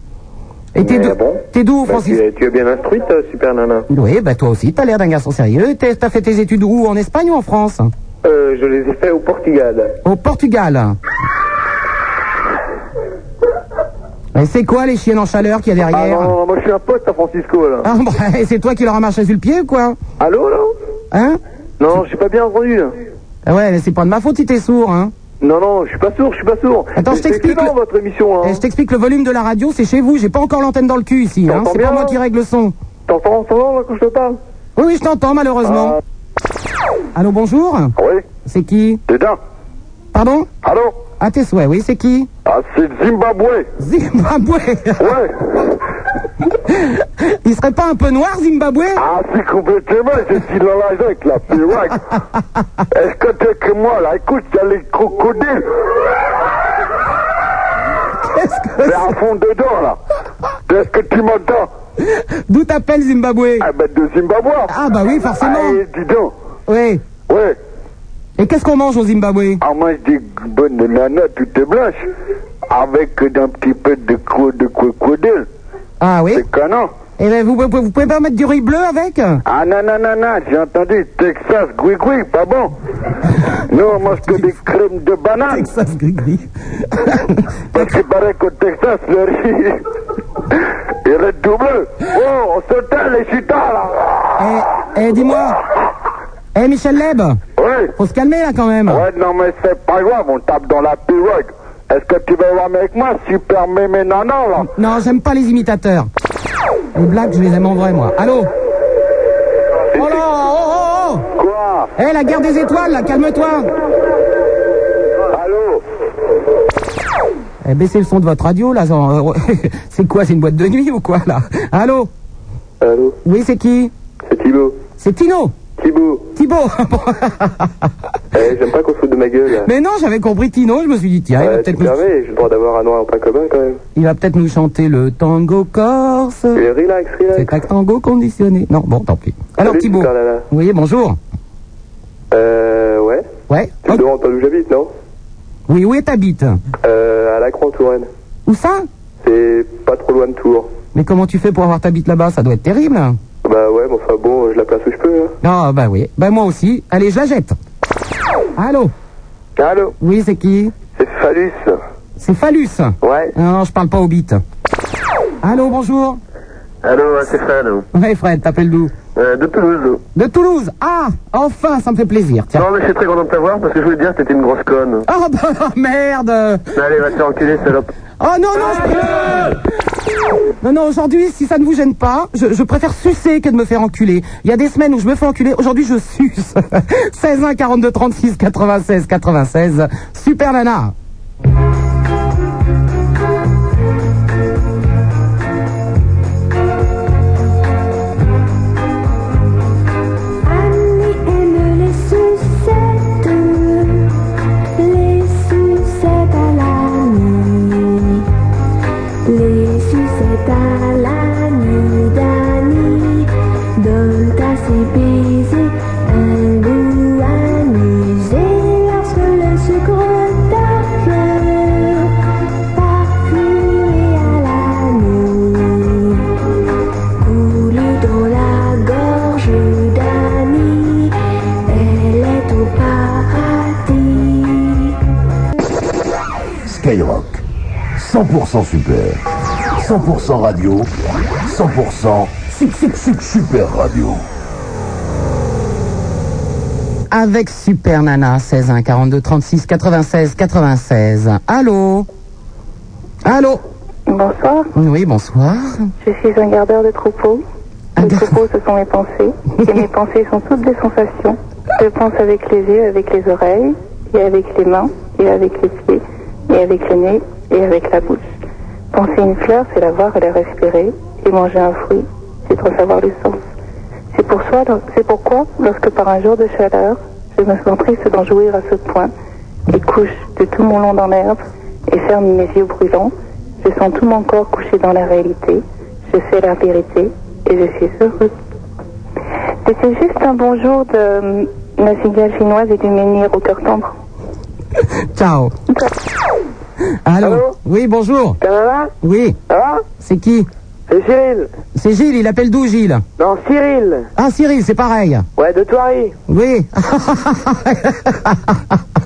Speaker 6: Et t'es
Speaker 5: Mais
Speaker 6: d'où,
Speaker 5: bon.
Speaker 6: t'es d'où,
Speaker 5: Bah, tu,
Speaker 6: Francisco
Speaker 5: es, tu es bien instruite, euh, super nana
Speaker 6: Oui, ben toi aussi, t'as l'air d'un garçon sérieux. T'es- T'as fait tes études où En Espagne ou en France
Speaker 5: euh, Je les ai fait au Portugal.
Speaker 6: Au Portugal. Et c'est quoi les chiennes en chaleur qu'il y a
Speaker 9: Ah
Speaker 6: derrière
Speaker 9: non, non, non, moi je suis un pote à Francisco là.
Speaker 6: Ah, bah, et c'est toi qui leur a marché sur le pied ou quoi
Speaker 9: Allô là
Speaker 6: Hein
Speaker 9: Non, j'ai pas bien entendu là.
Speaker 6: Ah Ouais, mais c'est pas de ma faute si t'es sourd, hein.
Speaker 9: Non, non, je suis pas sourd, je suis pas sourd.
Speaker 6: Attends, je
Speaker 9: C'est
Speaker 6: t'explique
Speaker 9: excellent,
Speaker 6: le-
Speaker 9: votre
Speaker 5: hein
Speaker 9: émission là.
Speaker 6: Et Eh, je t'explique, le volume de la radio, c'est chez vous, j'ai pas encore l'antenne dans le cul ici, hein.
Speaker 9: T'entends
Speaker 6: C'est pas
Speaker 9: bien,
Speaker 6: moi
Speaker 9: hein
Speaker 6: qui règle le son.
Speaker 9: T'entends entends, là quand je te parle
Speaker 6: Oui, oui, je t'entends malheureusement.
Speaker 5: Ah,
Speaker 6: Allô, bonjour
Speaker 9: Oui,
Speaker 6: C'est qui
Speaker 9: t'es là
Speaker 6: Pardon
Speaker 9: Allô
Speaker 6: À tes souhaits, oui, c'est qui
Speaker 9: Ah, c'est Zimbabwe
Speaker 6: Zimbabwe
Speaker 9: Ouais
Speaker 6: Il serait pas un peu noir, Zimbabwe
Speaker 4: Ah, c'est complètement, je suis dans la jungle, là, pirouac. Est-ce que t'es que moi, là Écoute, il y a les crocodiles.
Speaker 6: Qu'est-ce que
Speaker 4: Mais à fond dedans, là. Est-ce que tu m'entends
Speaker 6: c'est D'où t'appelles Zimbabwe
Speaker 5: Eh
Speaker 4: Ah, ben, de Zimbabwe.
Speaker 6: Ah bah oui, forcément.
Speaker 4: Eh, dis donc.
Speaker 6: Oui.
Speaker 4: Ouais,
Speaker 6: Et qu'est-ce qu'on mange au Zimbabwe
Speaker 4: on mange des bonnes nanas toutes blanches. Avec un petit peu de crocs de crocodile.
Speaker 6: Ah oui
Speaker 4: C'est canon.
Speaker 6: Et ben, vous, vous, vous pouvez pas mettre du riz bleu avec
Speaker 4: Ah non, non, non, non, j'ai entendu Texas, gris-gris, pas bon. Nous, on mange que des crèmes de banane.
Speaker 6: Texas gris-gris.
Speaker 4: Parce qu'il paraît qu'au Texas, le riz, il est double. Oh, on se tait les chita, là.
Speaker 6: Eh, eh, dis-moi. Eh, Michel Leb,
Speaker 4: Oui.
Speaker 6: faut se calmer là quand même.
Speaker 4: Ouais, non, mais c'est pas grave, on tape dans la pirogue. Est-ce que tu veux voir avec moi, super mémé nanan, là
Speaker 6: Non, j'aime pas les imitateurs. Les blagues, je les aime en vrai, moi. Allô Oh là, oh, oh, oh
Speaker 4: Quoi
Speaker 6: Eh, la guerre des étoiles, là, calme-toi
Speaker 4: Allô
Speaker 6: Eh, baissez le son de votre radio, là. sans- c'est quoi, c'est une boîte de nuit ou quoi, là Allô
Speaker 4: Allô
Speaker 6: Oui, c'est qui
Speaker 4: C'est Thibaut.
Speaker 6: C'est Tino
Speaker 4: Thibaut,
Speaker 6: Thibaut Bon.
Speaker 4: eh, j'aime pas qu'on se foute de ma gueule.
Speaker 6: Mais non, j'avais compris Tino, je me suis dit, tiens, il va peut-être nous...
Speaker 4: j'ai le droit d'avoir un noir en pas commun, quand même.
Speaker 6: il va peut-être nous chanter le tango corse.
Speaker 4: relax, relax.
Speaker 6: Mm. C'est un tango conditionné. Non, bon, tant pis. Alors,
Speaker 4: Salut,
Speaker 6: Thibaut.
Speaker 4: super nana.
Speaker 6: Oui, bonjour.
Speaker 4: Euh, ouais.
Speaker 6: Ouais
Speaker 4: Tu me
Speaker 6: Oh,
Speaker 4: demandes pas où j'habite, non
Speaker 6: Oui, où est t'habites
Speaker 4: Euh, à la en Touraine.
Speaker 6: Où ça
Speaker 4: C'est pas trop loin de Tours.
Speaker 6: Mais comment tu fais pour avoir ta bite là-bas Ça doit être terrible.
Speaker 4: Bah ouais, mais enfin bon, je la place où je peux. hein.
Speaker 6: Ah, bah oui. Bah moi aussi. Allez, je la jette. Allô
Speaker 5: Allô
Speaker 6: Oui, c'est qui
Speaker 5: C'est Phallus.
Speaker 6: C'est Phallus.
Speaker 5: Ouais.
Speaker 6: Non, je parle pas aux bites. Allô, bonjour.
Speaker 5: Allô, c'est Fred.
Speaker 6: Ouais, Fred, t'appelles d'où
Speaker 5: Euh, de Toulouse.
Speaker 6: De Toulouse. Ah, enfin, ça me fait plaisir. Tiens.
Speaker 5: Non, mais je suis très content de t'avoir parce que je voulais te dire que t'étais une grosse conne.
Speaker 6: Oh, bah, merde
Speaker 5: Allez, va te faire enculer, salope.
Speaker 6: Oh non, non, je... Non, non, aujourd'hui, si ça ne vous gêne pas, je, je préfère sucer que de me faire enculer. Il y a des semaines où je me fais enculer, aujourd'hui je suce. 16 1 42 36 96 96, super nana
Speaker 11: Annie aime les sucettes, les sucettes à l'année, les sucettes à l'année d'Annie, donnent à ses baisers un goût amusé lorsque le sucre d'argent parfumé à l'année coule dans la gorge d'Annie, elle est au paradis.
Speaker 8: Skyrock. 100% super. 100% radio. 100% sup- sup- sup- super radio.
Speaker 6: Avec super nana, 16 1 42 36 96 96. Allô Allô
Speaker 12: Bonsoir,
Speaker 6: Oui, bonsoir. Ah,
Speaker 12: je suis un gardeur de troupeau.
Speaker 6: Un
Speaker 12: Les
Speaker 6: gar-
Speaker 12: troupeaux, ce sont mes pensées. Et mes pensées sont toutes des sensations. Je pense avec les yeux, avec les oreilles, et avec les mains, et avec les pieds, et avec le nez, et avec la bouche. Penser une fleur, c'est la voir et la respirer. Et manger un fruit, c'est en savoir le sens. C'est pour soi- c'est pourquoi, lorsque par un jour de chaleur, je me sens triste d'en jouir à ce point, et couche de tout mon long dans l'herbe, et ferme mes yeux brûlants, je sens tout mon corps couché dans la réalité, je sais la vérité, et je suis heureux. C'était juste un bonjour de euh, la cigale chinoise et du menhir au cœur tendre.
Speaker 6: Ciao. Allô, Oui, bonjour.
Speaker 5: Ça va
Speaker 6: Oui,
Speaker 5: Ça va
Speaker 6: c'est qui
Speaker 5: C'est Cyril.
Speaker 6: C'est Gilles, il appelle d'où Gilles
Speaker 5: Non, Cyril.
Speaker 6: Ah, Cyril, c'est pareil.
Speaker 5: Ouais, de Toiry.
Speaker 6: Oui.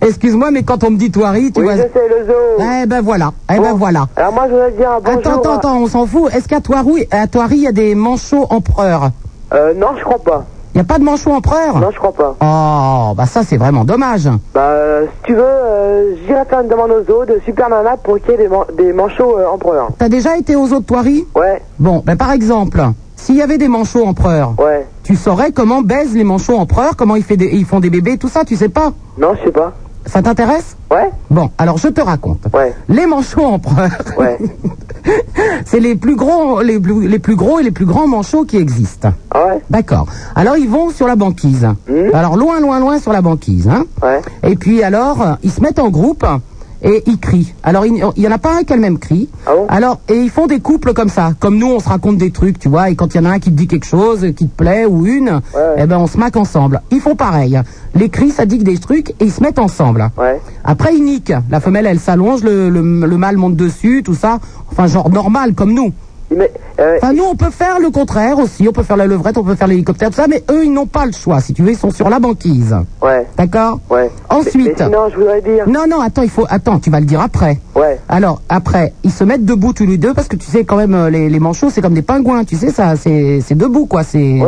Speaker 6: Excuse-moi, mais quand on me dit Toiri, tu
Speaker 5: Oui,
Speaker 6: vois.
Speaker 5: je sais, le zoo.
Speaker 6: Eh ben voilà, eh ben
Speaker 5: Bon.
Speaker 6: voilà.
Speaker 5: Alors moi, je voudrais dire un bonjour.
Speaker 6: attends, attends,
Speaker 5: à-
Speaker 6: attends, on s'en fout. Est-ce qu'à Toiri, à Toiri, il y a des manchots empereurs
Speaker 5: Euh, non, je crois pas.
Speaker 6: Il n'y a pas de manchots empereurs
Speaker 5: Non, je crois pas.
Speaker 6: Oh, bah ça c'est vraiment dommage.
Speaker 5: Bah, euh, si tu veux, euh, j'irai faire une demande aux zoo de Super Nana pour qu'il y ait des, man- des manchots euh, empereurs.
Speaker 6: T'as déjà été aux autres Toiri
Speaker 5: Ouais,
Speaker 6: Bon, ben par exemple, s'il y avait des manchots empereurs,
Speaker 5: ouais.
Speaker 6: tu saurais comment baisent les manchots empereurs, comment ils, fait des- ils font des bébés, tout ça, tu sais pas
Speaker 5: Non, je sais pas.
Speaker 6: Ça t'intéresse
Speaker 5: Ouais.
Speaker 6: Bon, alors je te raconte. Les manchots empereurs. c'est les plus gros, les plus, les plus gros et les plus grands manchots qui existent.
Speaker 5: Ah
Speaker 6: D'accord. Alors ils vont sur la banquise. Alors loin, loin, loin sur la banquise. hein. Et puis alors euh, ils se mettent en groupe et ils crient. Alors il il y en a pas un qui a le même cri. alors et ils font des couples comme ça. Comme nous on se raconte des trucs, tu vois. Et quand il y en a un qui te dit quelque chose, euh, qui te plaît ou une, eh ben on se maque ensemble. Ils font pareil. Les cris ça dit des trucs et ils se mettent ensemble. Après, ils niquent. La femelle, elle s'allonge, le, le- le mâle monte dessus, tout ça. Enfin, genre normal, comme nous.
Speaker 5: euh,
Speaker 6: Enfin, nous, on peut faire le contraire aussi. On peut faire la levrette, on peut faire l'hélicoptère, tout ça. Mais eux, ils n'ont pas le choix. Si tu veux, ils sont sur la banquise.
Speaker 5: Ouais.
Speaker 6: D'accord
Speaker 5: Ouais.
Speaker 6: Ensuite.
Speaker 5: Mais- mais sinon, je voudrais dire.
Speaker 6: Non, non, attends, il faut. Attends, tu vas le dire après.
Speaker 5: Ouais.
Speaker 6: Alors, après, ils se mettent debout tous les deux parce que tu sais, quand même, euh, les, les manchots, c'est comme des pingouins, tu sais, ça, c'est c'est debout, quoi. C'est.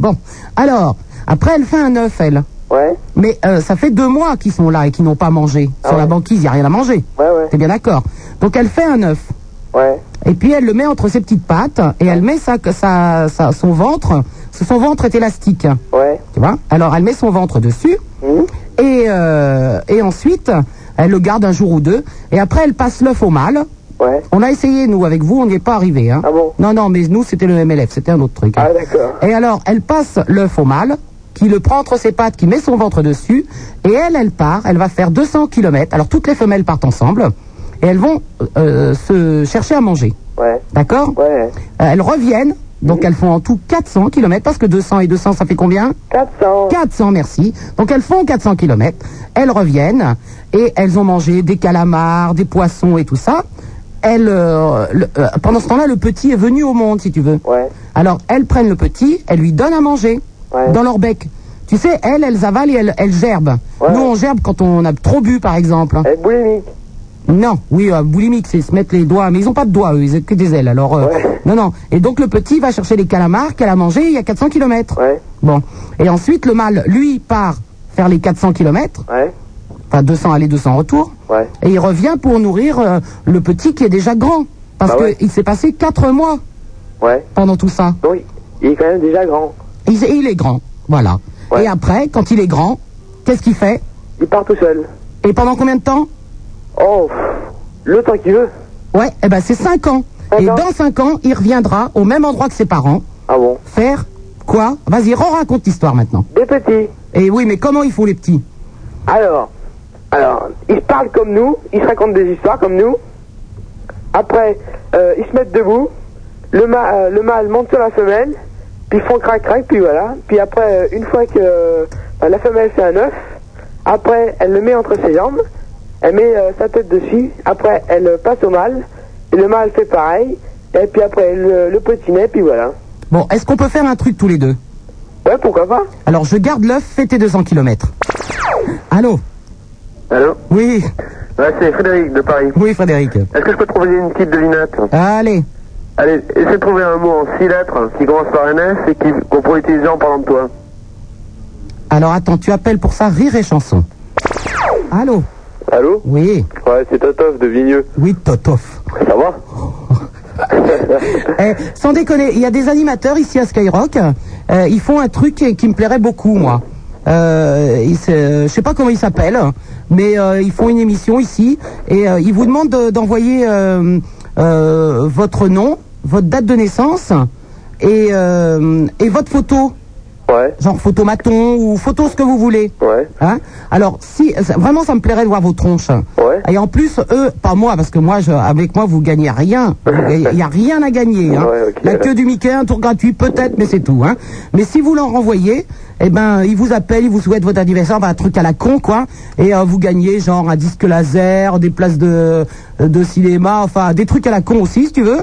Speaker 6: Bon. Alors, après, elle fait un œuf, elle.
Speaker 5: Ouais.
Speaker 6: Mais euh, ça fait deux mois qu'ils sont là et qu'ils n'ont pas mangé.
Speaker 5: Ah
Speaker 6: Sur la banquise, il n'y a rien à manger. T'es bien d'accord Donc, elle fait un œuf.
Speaker 5: Ouais.
Speaker 6: Et puis elle le met entre ses petites pattes et elle met sa, sa, sa- son ventre. parce que Son ventre est élastique.
Speaker 5: Ouais.
Speaker 6: Tu vois Alors elle met son ventre dessus
Speaker 5: Mmh.
Speaker 6: et, euh, et ensuite elle le garde un jour ou deux et après elle passe l'œuf au mâle.
Speaker 5: Ouais.
Speaker 6: On a essayé nous avec vous, on n'y est pas arrivé. Hein.
Speaker 5: Ah bon
Speaker 6: Non non, mais nous c'était le MLF, c'était un autre truc. hein.
Speaker 5: Ah, d'accord.
Speaker 6: Et alors elle passe l'œuf au mâle qui le prend entre ses pattes, qui met son ventre dessus, et elle, elle part, elle va faire 200 km. Alors toutes les femelles partent ensemble, et elles vont euh, se chercher à manger.
Speaker 5: Ouais.
Speaker 6: D'accord
Speaker 5: Ouais.
Speaker 6: Euh, elles reviennent, donc elles font en tout 400 km, parce que 200 et 200, ça fait combien
Speaker 5: 400.
Speaker 6: 400, merci. Donc elles font 400 km, elles reviennent, et elles ont mangé des calamars, des poissons et tout ça. Elles, euh, le- euh, pendant ce temps-là, le petit est venu au monde, si tu veux. Alors elles prennent le petit, elles lui donnent à manger dans leur bec. Tu sais, elles, elles avalent et elles, elles gerbent. Nous, on gerbe quand on a trop bu, par exemple. hein.
Speaker 5: Elle Eh, boulimique.
Speaker 6: Non, oui, euh, boulimique, c'est se mettre les doigts, mais ils ont pas de doigts, eux, ils ont que des ailes. Alors, euh, non, non. Et donc le petit va chercher les calamars qu'elle a mangés il y a 400 km. Bon, et ensuite le mâle, lui, part faire les 400 km,
Speaker 5: Ouais.
Speaker 6: enfin 200 aller, 200 retour,
Speaker 5: Ouais.
Speaker 6: et il revient pour nourrir euh, le petit qui est déjà grand, parce
Speaker 5: Bah
Speaker 6: que
Speaker 5: ouais.
Speaker 6: il s'est passé 4 mois
Speaker 5: Ouais.
Speaker 6: pendant tout ça.
Speaker 5: Oui. Il est quand même déjà grand.
Speaker 6: Il, il est grand, voilà. Et après, quand il est grand, qu'est-ce qu'il fait
Speaker 5: Il part tout seul.
Speaker 6: Et pendant combien de temps
Speaker 5: Oh, pff, le temps qu'il veut.
Speaker 6: Ouais, eh ben c'est 5 ans. Et dans 5 ans, il reviendra au même endroit que ses parents.
Speaker 5: Ah bon
Speaker 6: Faire quoi Vas-y, raconte l'histoire maintenant.
Speaker 5: Des petits.
Speaker 6: Et oui, mais comment ils font les petits
Speaker 5: Alors, alors, ils parlent comme nous, ils se racontent des histoires comme nous. Après, euh, ils se mettent debout. Le, ma- euh, le mâle monte sur la femelle, puis ils font crac crac, puis voilà. Puis après, euh, une fois que euh, bah, la femelle fait un œuf, après elle le met entre ses jambes, elle met euh, sa tête dessus. Après, elle euh, passe au mâle, et le mâle fait pareil. Et puis après, le, le petit nez, puis voilà.
Speaker 6: Bon, est-ce qu'on peut faire un truc tous les deux
Speaker 5: Ouais, pourquoi pas
Speaker 6: Alors, je garde l'œuf, fais tes 200 km. Allô Eh
Speaker 5: Allô
Speaker 6: Oui.
Speaker 5: c'est Frédéric de Paris.
Speaker 6: Oui, Frédéric.
Speaker 5: Est-ce que je peux te proposer une petite devinette
Speaker 6: Allez.
Speaker 5: Allez, essaie de trouver un mot en six lettres qui commence par un S et qui- qu'on pourrait utiliser en parlant de toi.
Speaker 6: Alors, attends, tu appelles pour ça rire et chanson. Allô
Speaker 3: Allô
Speaker 6: Oui.
Speaker 3: Ouais, c'est Totov de Vigneux.
Speaker 6: Oui, Totof.
Speaker 3: Ça va
Speaker 6: Eh, sans déconner, il y a des animateurs ici à Skyrock, euh, ils font un truc qui, qui me plairait beaucoup, moi. Euh, ils se- je sais pas comment ils s'appellent, mais euh, ils font une émission ici et euh, ils vous demandent de- d'envoyer euh, euh, votre nom, votre date de naissance et, euh, et votre photo.
Speaker 3: Ouais.
Speaker 6: Genre photo maton ou photo ce que vous voulez.
Speaker 3: Ouais.
Speaker 6: Hein Alors, si ça- vraiment, ça me plairait de voir vos tronches. Et en plus, eux, pas moi, parce que moi, je- avec moi, vous gagnez rien. Il n'y a rien à gagner. hein.
Speaker 3: Ouais, ok.
Speaker 6: La queue du Mickey, un tour gratuit, peut-être, mais c'est tout. Hein. Mais si vous leur renvoyez, eh ben, ils vous appellent, ils vous souhaitent votre anniversaire, ben, un truc à la con, quoi. Et euh, vous gagnez, genre, un disque laser, des places de, de cinéma, enfin, des trucs à la con aussi, si tu veux.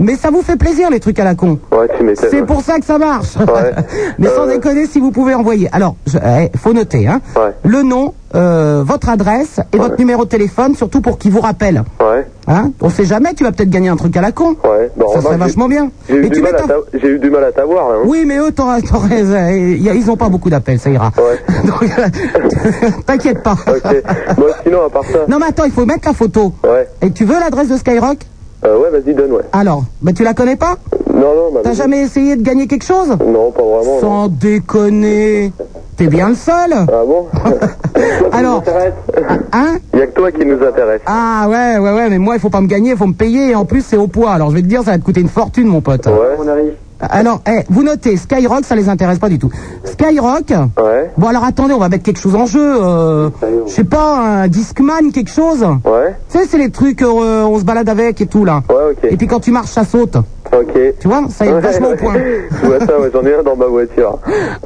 Speaker 6: Mais ça vous fait plaisir, les trucs à la con.
Speaker 3: Ouais, tu m'étonnes.
Speaker 6: C'est pour ça que ça marche. Mais
Speaker 3: Euh,
Speaker 6: sans déconner, si vous pouvez envoyer. Alors, je- eh, faut noter, hein. Le nom, euh, votre adresse et votre numéro de téléphone, surtout pour qu'ils vous rappellent.
Speaker 3: Ouais.
Speaker 6: Hein On sait jamais, tu vas peut-être gagner un truc à la con.
Speaker 3: Ouais. Bah,
Speaker 6: ça
Speaker 3: remarque,
Speaker 6: serait
Speaker 3: j'ai-
Speaker 6: vachement bien.
Speaker 3: J'ai eu,
Speaker 6: Et
Speaker 3: du
Speaker 6: tu
Speaker 3: mal à
Speaker 6: m'étonnes.
Speaker 3: t'a- j'ai eu du mal à t'avoir, là. hein.
Speaker 6: Oui, mais eux, t'auras- t'auras- euh, y a- ils ont pas beaucoup d'appels, ça ira. Donc, euh, t'inquiète pas.
Speaker 5: Euh,
Speaker 3: Bon, sinon, à part ça.
Speaker 6: Non, mais attends, il faut mettre la photo.
Speaker 3: Ouais.
Speaker 6: Et tu veux l'adresse de Skyrock
Speaker 3: Euh, ouais, vas-y, donne, ouais.
Speaker 6: Alors, bah, tu la connais pas
Speaker 3: Non, non, bah,
Speaker 6: T'as
Speaker 3: vas-y.
Speaker 6: jamais essayé de gagner quelque chose
Speaker 3: Non, pas vraiment.
Speaker 6: Sans déconner. T'es bien le seul.
Speaker 3: Ah bon
Speaker 5: Alors,
Speaker 6: hein
Speaker 5: Il y a que toi qui nous intéresse.
Speaker 6: Ah ouais, ouais, ouais, mais moi, il faut pas me gagner, il faut me payer. Et en plus, c'est au poids. Alors, je vais te dire, ça va te coûter une fortune, mon pote.
Speaker 5: Ah, On arrive.
Speaker 6: Alors, eh, vous notez, Skyrock, ça les intéresse pas du tout. Skyrock
Speaker 5: Ouais.
Speaker 6: Bon, alors attendez, on va mettre quelque chose en jeu. euh, je sais pas, un Discman, quelque chose
Speaker 5: Ouais.
Speaker 6: Tu sais, c'est les trucs, euh, on se balade avec et tout, là.
Speaker 5: Ouais, ok.
Speaker 6: Et puis quand tu marches, ça saute.
Speaker 5: Ok.
Speaker 6: Tu vois, ça y est vachement au point.
Speaker 5: Je vois ça, ouais, j'en ai un dans ma voiture.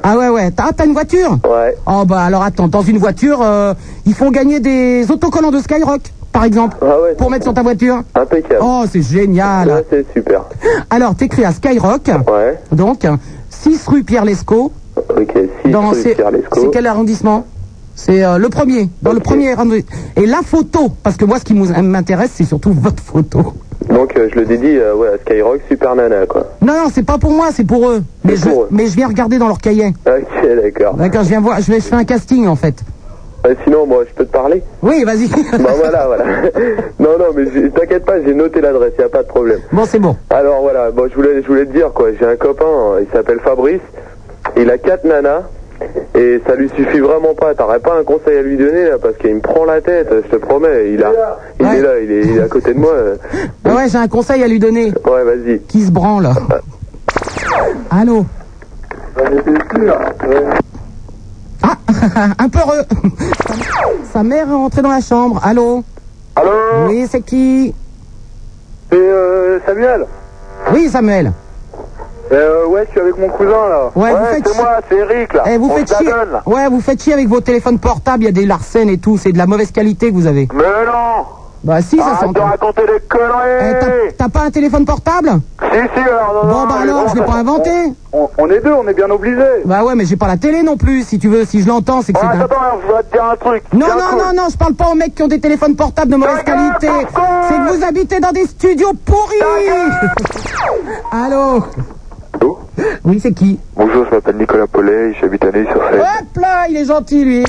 Speaker 6: Ah ouais, ouais. T'as, ah, t'as une voiture
Speaker 5: Ouais.
Speaker 6: Oh, bah alors attends, dans une voiture, euh, ils font gagner des autocollants de Skyrock, par exemple, pour mettre sur ta voiture.
Speaker 5: Impeccable.
Speaker 6: Oh, c'est génial.
Speaker 5: Ah Ouais, c'est super.
Speaker 6: Alors, t'écris à Skyrock.
Speaker 5: Ouais.
Speaker 6: Donc, 6 rue Pierre Lescot.
Speaker 5: Ok, si
Speaker 6: Dans-
Speaker 5: rue
Speaker 6: c'est,
Speaker 5: Pierre Lescot.
Speaker 6: c'est quel arrondissement C'est euh, le premier, dans le premier arrondissement. Et la photo, parce que moi, ce qui nous- m'intéresse, c'est surtout votre photo.
Speaker 5: Donc euh, je le dédie euh, ouais, à Skyrock, Super Nana, quoi.
Speaker 6: Non, non, c'est pas pour moi, c'est pour eux. Mais, je, mais je viens regarder dans leur cahier.
Speaker 5: Ok, d'accord.
Speaker 6: D'accord, je viens voir, je vais faire un casting en fait.
Speaker 5: Ouais, sinon, moi, je peux te parler
Speaker 6: Oui, vas-y.
Speaker 5: Bah voilà, voilà. non, non, mais j'ai- t'inquiète pas, j'ai noté l'adresse, y a pas de problème.
Speaker 6: Bon, c'est bon.
Speaker 5: Alors voilà, bon, je voulais, je voulais te dire, quoi, j'ai un copain, hein, il s'appelle Fabrice, il a quatre nanas, et ça lui suffit vraiment pas. T'aurais pas un conseil à lui donner, là, parce qu'il me prend la tête, je te promets. Il, a, il est là, il est, il est à côté de moi. euh.
Speaker 6: Ah ouais, j'ai un conseil à lui donner.
Speaker 5: Ouais, vas-y.
Speaker 6: Qui se branle Allô
Speaker 5: hein.
Speaker 6: Ah, un peu heureux. Sa mère est rentrée dans la chambre. Allô
Speaker 5: Allô
Speaker 6: Oui, c'est qui
Speaker 5: C'est euh, Samuel
Speaker 6: Oui, Samuel.
Speaker 5: Euh, ouais, je suis avec mon cousin, là.
Speaker 6: Ouais, vous faites
Speaker 5: c'est
Speaker 6: chier.
Speaker 5: moi, c'est Eric, là.
Speaker 6: Eh, vous
Speaker 5: On
Speaker 6: faites
Speaker 5: se la
Speaker 6: chier.
Speaker 5: donne, là.
Speaker 6: Ouais, vous faites chier avec vos téléphones portables, il y a des larcènes et tout, c'est de la mauvaise qualité que vous avez.
Speaker 5: Mais non
Speaker 6: Bah si, ça
Speaker 5: Arrête de
Speaker 6: s'entend.
Speaker 5: raconter des conneries
Speaker 6: Eh, t'as- T'as pas un téléphone portable
Speaker 5: Si, si, alors, non,
Speaker 6: Bon,
Speaker 5: non,
Speaker 6: bah
Speaker 5: mais
Speaker 6: alors,
Speaker 5: bon,
Speaker 6: je l'ai
Speaker 5: ça-
Speaker 6: pas inventé.
Speaker 5: On, on est deux, on est bien obligés.
Speaker 6: Bah ouais, mais j'ai pas la télé non plus, si tu veux, si je l'entends,
Speaker 13: Ah,
Speaker 6: c'est que c'est
Speaker 5: Attends,
Speaker 6: d'un...
Speaker 5: attends, je vais te dire un truc.
Speaker 6: Non,
Speaker 5: Tiens,
Speaker 6: non,
Speaker 5: Ah, cool.
Speaker 6: non, non, je parle pas aux mecs qui ont des téléphones portables de mauvaise qualité. C'est que vous habitez dans des studios pourris. Allô Oui, c'est qui
Speaker 4: Bonjour, je m'appelle Nicolas Paulet, j'habite à Neuilly-sur-Seine.
Speaker 6: Hop là, il est gentil lui.